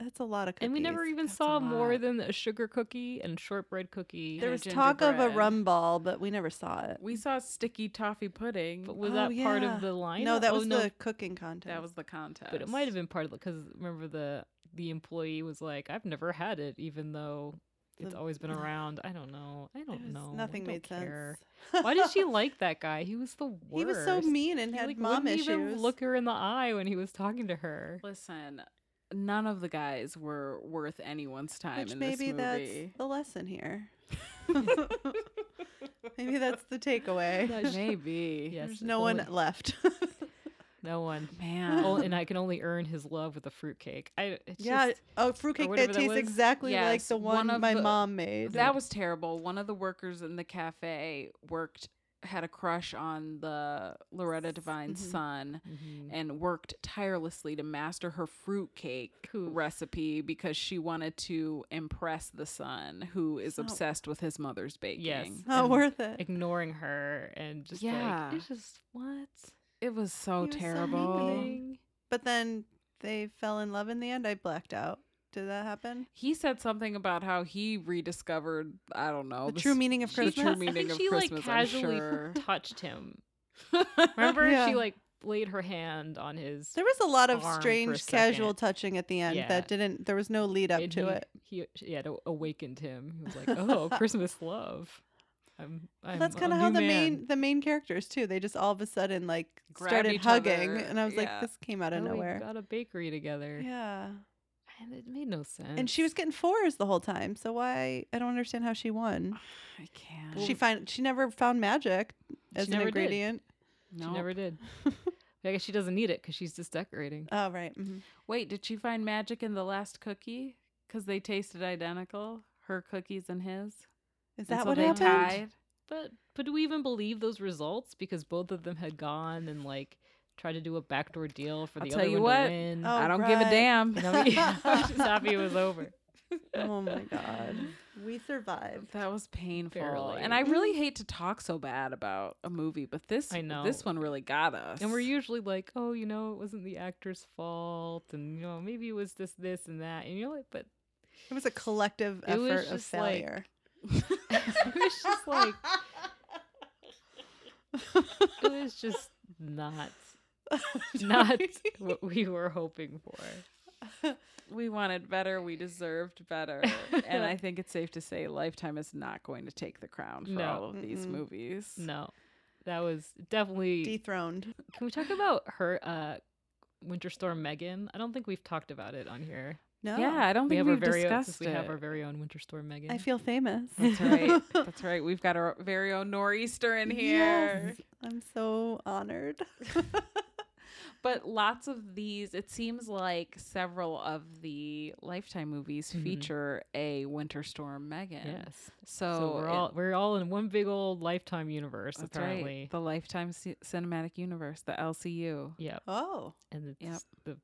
[SPEAKER 2] That's a lot of cookies.
[SPEAKER 1] And we never even
[SPEAKER 3] That's a
[SPEAKER 1] saw more
[SPEAKER 3] lot.
[SPEAKER 1] than a sugar cookie and shortbread cookie.
[SPEAKER 2] There
[SPEAKER 3] a
[SPEAKER 2] was talk of a
[SPEAKER 3] gingerbread.
[SPEAKER 2] rum ball, but we never saw it.
[SPEAKER 3] We saw sticky toffee pudding.
[SPEAKER 1] but was
[SPEAKER 2] Oh,
[SPEAKER 1] that part
[SPEAKER 2] yeah.
[SPEAKER 1] of the line?
[SPEAKER 2] no, that
[SPEAKER 1] Oh,
[SPEAKER 2] was the cooking contest.
[SPEAKER 3] That was the contest.
[SPEAKER 1] But it might have been part of the because remember the the employee was like, "I've never had it," even though it's
[SPEAKER 2] The-
[SPEAKER 1] always been around. I don't know. I
[SPEAKER 2] It
[SPEAKER 1] don't
[SPEAKER 2] was-
[SPEAKER 1] know.
[SPEAKER 2] Nothing
[SPEAKER 1] I
[SPEAKER 2] made
[SPEAKER 1] don't care.
[SPEAKER 2] sense.
[SPEAKER 1] Why did she like that guy? He was the worst.
[SPEAKER 2] He was so mean and
[SPEAKER 1] He,
[SPEAKER 2] had
[SPEAKER 1] like,
[SPEAKER 2] mom
[SPEAKER 1] wouldn't
[SPEAKER 2] issues.
[SPEAKER 1] even look her in the eye when he was talking to her.
[SPEAKER 3] Listen, none of the guys were worth anyone's time
[SPEAKER 2] Which
[SPEAKER 3] in this
[SPEAKER 2] maybe
[SPEAKER 3] movie.
[SPEAKER 2] that's the lesson here. maybe that's the takeaway.
[SPEAKER 1] That she-
[SPEAKER 3] maybe.
[SPEAKER 1] Yes,
[SPEAKER 2] There's
[SPEAKER 1] if
[SPEAKER 2] no one
[SPEAKER 1] only-
[SPEAKER 2] left.
[SPEAKER 1] No one.
[SPEAKER 3] Man.
[SPEAKER 1] Oh, and I can only earn his love with a fruitcake. I it's
[SPEAKER 2] yeah,
[SPEAKER 1] just-
[SPEAKER 2] oh, fruitcake
[SPEAKER 1] whatever
[SPEAKER 2] that
[SPEAKER 1] that
[SPEAKER 2] tastes
[SPEAKER 1] was.
[SPEAKER 2] exactly like
[SPEAKER 3] Yes,
[SPEAKER 2] the
[SPEAKER 3] one
[SPEAKER 2] one,
[SPEAKER 3] of
[SPEAKER 2] my
[SPEAKER 3] the-
[SPEAKER 2] mom made.
[SPEAKER 3] That was terrible. One of the workers in the cafe worked had a crush on the Loretta Devine's
[SPEAKER 2] Mhm.
[SPEAKER 3] son
[SPEAKER 1] Mhm.
[SPEAKER 3] and worked tirelessly to master her fruitcake
[SPEAKER 1] Oof.
[SPEAKER 3] recipe because she wanted to impress the son who is
[SPEAKER 2] Oh.
[SPEAKER 3] obsessed with his mother's baking.
[SPEAKER 2] not
[SPEAKER 1] and
[SPEAKER 2] worth it.
[SPEAKER 1] ignoring her and just
[SPEAKER 3] Yeah.
[SPEAKER 1] like it's just what
[SPEAKER 3] It was so
[SPEAKER 2] He was so
[SPEAKER 3] terrible.
[SPEAKER 2] mean. But then they fell in love in the end. I blacked out. Did that happen?
[SPEAKER 3] he said something about how he rediscovered, I don't know,
[SPEAKER 2] the true
[SPEAKER 3] s-
[SPEAKER 2] meaning of
[SPEAKER 3] the true
[SPEAKER 2] Christmas.
[SPEAKER 1] I
[SPEAKER 3] meaning
[SPEAKER 1] think
[SPEAKER 3] of
[SPEAKER 1] she like
[SPEAKER 3] Christmas, I'm
[SPEAKER 1] casually
[SPEAKER 3] sure.
[SPEAKER 1] touched him. Remember,
[SPEAKER 2] Yeah.
[SPEAKER 1] she like laid her hand on his.
[SPEAKER 2] There was a lot of
[SPEAKER 1] arm for a
[SPEAKER 2] strange casual touching at the end
[SPEAKER 1] Yeah.
[SPEAKER 2] that didn't. There was no lead up
[SPEAKER 1] and
[SPEAKER 2] to
[SPEAKER 1] he,
[SPEAKER 2] it.
[SPEAKER 1] He she had a- awakened him. He was like, "Oh, Christmas love." I'm. I'm
[SPEAKER 2] That's kind of how the main the main characters too. They just all of a sudden like
[SPEAKER 3] Grabbed
[SPEAKER 2] started
[SPEAKER 3] each
[SPEAKER 2] hugging,
[SPEAKER 3] other,
[SPEAKER 2] and I was
[SPEAKER 3] yeah.
[SPEAKER 2] like, this came out of nowhere.
[SPEAKER 1] got a bakery together,
[SPEAKER 2] Yeah,
[SPEAKER 1] and it made no sense.
[SPEAKER 2] and she was getting fours the whole time. So why? I don't understand how she won.
[SPEAKER 3] I can't.
[SPEAKER 2] she find she never found magic as an
[SPEAKER 1] never did.
[SPEAKER 2] ingredient.
[SPEAKER 1] She never did. I guess she doesn't need it because she's just decorating.
[SPEAKER 2] Oh right. mhm.
[SPEAKER 3] Wait, did she find magic in the last cookie? Because they tasted identical, her cookies and his. And
[SPEAKER 2] Is that
[SPEAKER 3] so
[SPEAKER 2] what
[SPEAKER 3] they
[SPEAKER 2] happened?
[SPEAKER 3] Tied.
[SPEAKER 1] But but do we even believe those results? Because both of them had gone and like tried to do a backdoor deal for
[SPEAKER 3] I'll
[SPEAKER 1] the
[SPEAKER 3] tell
[SPEAKER 1] other
[SPEAKER 3] you
[SPEAKER 1] one
[SPEAKER 3] what.
[SPEAKER 1] to win.
[SPEAKER 2] Oh,
[SPEAKER 3] I don't give a
[SPEAKER 2] right.
[SPEAKER 3] damn.
[SPEAKER 1] You know, I was just happy it was over.
[SPEAKER 2] Oh my god, we survived.
[SPEAKER 3] That was painful,
[SPEAKER 1] Barely.
[SPEAKER 3] and I really hate to talk so bad about a movie, but this
[SPEAKER 1] I know.
[SPEAKER 3] this one really got us.
[SPEAKER 1] And we're usually like, oh, you know, it wasn't the actor's fault, and you know, maybe it was just this and that, and you know what? But
[SPEAKER 2] It was a collective
[SPEAKER 1] It was
[SPEAKER 2] effort of
[SPEAKER 1] just, like,
[SPEAKER 2] failure.
[SPEAKER 1] it was just like it was just not not what we were hoping for.
[SPEAKER 3] we wanted better, we deserved better, and I think it's safe to say Lifetime is not going to take the crown for
[SPEAKER 1] No.
[SPEAKER 3] all of these
[SPEAKER 2] Mm-mm.
[SPEAKER 3] movies.
[SPEAKER 1] No, that was definitely.
[SPEAKER 2] dethroned.
[SPEAKER 1] Can we talk about her? uh Winter Storm Megan. I don't think we've talked about it on here.
[SPEAKER 2] No.
[SPEAKER 3] Yeah, I don't
[SPEAKER 1] we
[SPEAKER 3] think
[SPEAKER 1] have
[SPEAKER 3] we've
[SPEAKER 1] our very own, since
[SPEAKER 3] discussed
[SPEAKER 1] we
[SPEAKER 3] it.
[SPEAKER 1] have our very own Winter Storm Megan.
[SPEAKER 2] I feel famous.
[SPEAKER 3] That's right. That's right. We've got our very own nor'easter in here.
[SPEAKER 2] Yes, I'm so honored.
[SPEAKER 3] But lots of these, it seems like several of the Lifetime movies
[SPEAKER 1] Mhm.
[SPEAKER 3] feature a winter storm Megan.
[SPEAKER 1] yes.
[SPEAKER 3] So,
[SPEAKER 1] So, we're
[SPEAKER 3] it-
[SPEAKER 1] all we're all in one big old lifetime universe
[SPEAKER 3] that's right,
[SPEAKER 1] apparently.
[SPEAKER 3] the Lifetime c- Cinematic Universe, the LCU.
[SPEAKER 1] Yep.
[SPEAKER 2] oh,
[SPEAKER 1] And it's
[SPEAKER 3] Yep.
[SPEAKER 1] the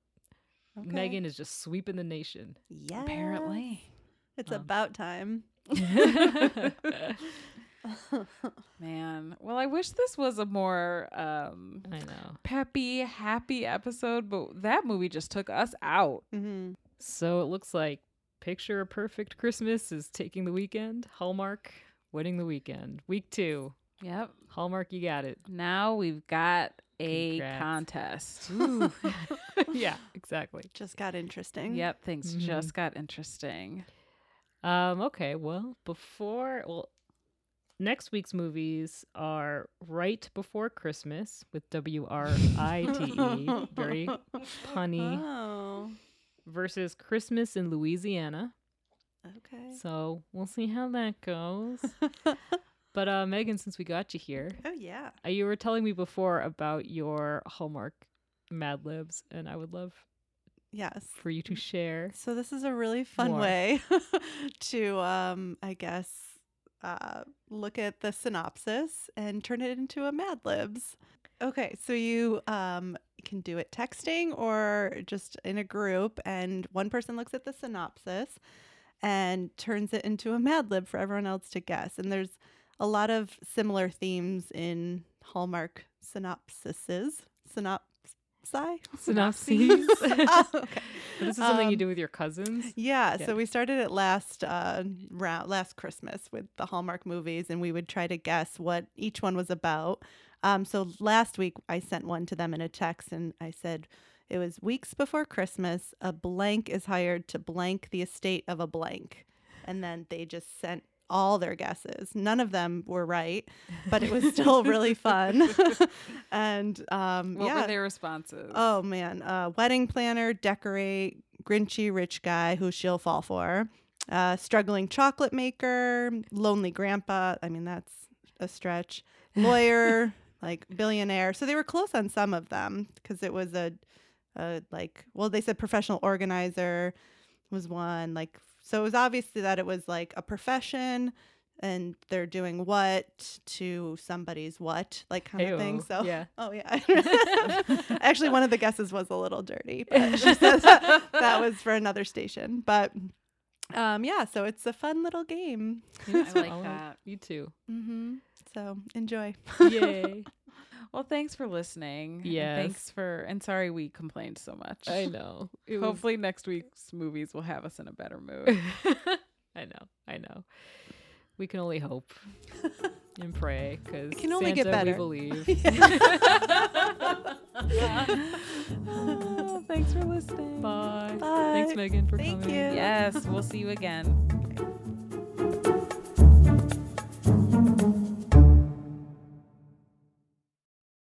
[SPEAKER 2] okay.
[SPEAKER 1] Megan is just sweeping the nation.
[SPEAKER 2] Yeah.
[SPEAKER 3] Apparently,
[SPEAKER 2] it's
[SPEAKER 1] Um,
[SPEAKER 2] about time.
[SPEAKER 1] I
[SPEAKER 3] man. Well, I wish this was a more um,
[SPEAKER 1] know.
[SPEAKER 3] peppy, happy episode, but that movie just took us out.
[SPEAKER 2] hmm
[SPEAKER 1] So it looks like Picture a Perfect Christmas is taking the weekend. Hallmark winning the weekend. Week two.
[SPEAKER 3] Yep.
[SPEAKER 1] Hallmark, you got it.
[SPEAKER 3] Now we've got a
[SPEAKER 1] Congrats.
[SPEAKER 3] contest.
[SPEAKER 1] yeah, exactly.
[SPEAKER 2] Just got interesting.
[SPEAKER 3] Yep, things
[SPEAKER 1] Mhm.
[SPEAKER 3] just got interesting.
[SPEAKER 1] Um, okay, well, before well next week's movies are Right Before Christmas with W R I T E. Very punny
[SPEAKER 2] Oh.
[SPEAKER 1] versus Christmas in Louisiana.
[SPEAKER 2] Okay.
[SPEAKER 1] So we'll see how that goes. but uh, Megan, since we got you here,
[SPEAKER 2] oh yeah.
[SPEAKER 1] uh, you were telling me before about your Hallmark Mad Libs, and I would love
[SPEAKER 2] Yes.
[SPEAKER 1] for you to share.
[SPEAKER 2] So this is a really fun
[SPEAKER 1] More.
[SPEAKER 2] way to, um, I guess, uh, look at the synopsis and turn it into a Mad Libs. Okay, so you um, can do it texting or just in a group, and one person looks at the synopsis and turns it into a Mad Lib for everyone else to guess. And there's a lot of similar themes in Hallmark synopsises. Synopsi?
[SPEAKER 1] Synopses.
[SPEAKER 2] oh, okay.
[SPEAKER 1] But this is something you
[SPEAKER 2] Um,
[SPEAKER 1] do with your cousins.
[SPEAKER 2] Yeah,
[SPEAKER 1] Yeah.
[SPEAKER 2] so we started it last uh, round, last Christmas with the Hallmark movies, and we would try to guess what each one was about. Um, so last week I sent one to them in a text, and I said it was weeks before Christmas. A blank is hired to blank the estate of a blank, And then they just sent all their guesses. None of them were right, but it was still really fun. and
[SPEAKER 1] Mm,
[SPEAKER 2] um,
[SPEAKER 3] What
[SPEAKER 2] yeah.
[SPEAKER 3] were their responses?
[SPEAKER 2] Oh man, uh, wedding planner, decorate, grinchy rich guy who she'll fall for, uh, struggling chocolate maker, lonely grandpa. I mean, that's a stretch. Lawyer, like billionaire. So they were close on some of them because it was a, a like well they said professional organizer was one like so it was obviously that it was like a profession and they're doing what to somebody's what like kind of thing
[SPEAKER 1] Ayo,
[SPEAKER 2] so
[SPEAKER 1] yeah.
[SPEAKER 2] Oh yeah. Actually, one of the guesses was a little dirty, but she says that, that was for another station. But um, yeah, so it's a fun little game.
[SPEAKER 1] You know,
[SPEAKER 3] I like
[SPEAKER 1] I'll-
[SPEAKER 3] that.
[SPEAKER 1] You too.
[SPEAKER 2] Mm-hmm. So enjoy.
[SPEAKER 1] Yay.
[SPEAKER 3] Well, thanks for listening. and
[SPEAKER 1] Yes.
[SPEAKER 3] Thanks for and sorry we complained so much.
[SPEAKER 1] I know. It was-
[SPEAKER 3] Hopefully next week's movies will have us in a better mood.
[SPEAKER 1] I know. I know. We can only hope and pray because
[SPEAKER 2] It can only get
[SPEAKER 1] We
[SPEAKER 2] better.
[SPEAKER 1] believe.
[SPEAKER 3] Oh, thanks for listening.
[SPEAKER 1] Bye.
[SPEAKER 2] Bye.
[SPEAKER 1] Thanks, Megan, for
[SPEAKER 2] Thank
[SPEAKER 1] coming.
[SPEAKER 2] you.
[SPEAKER 3] Yes, we'll see you again.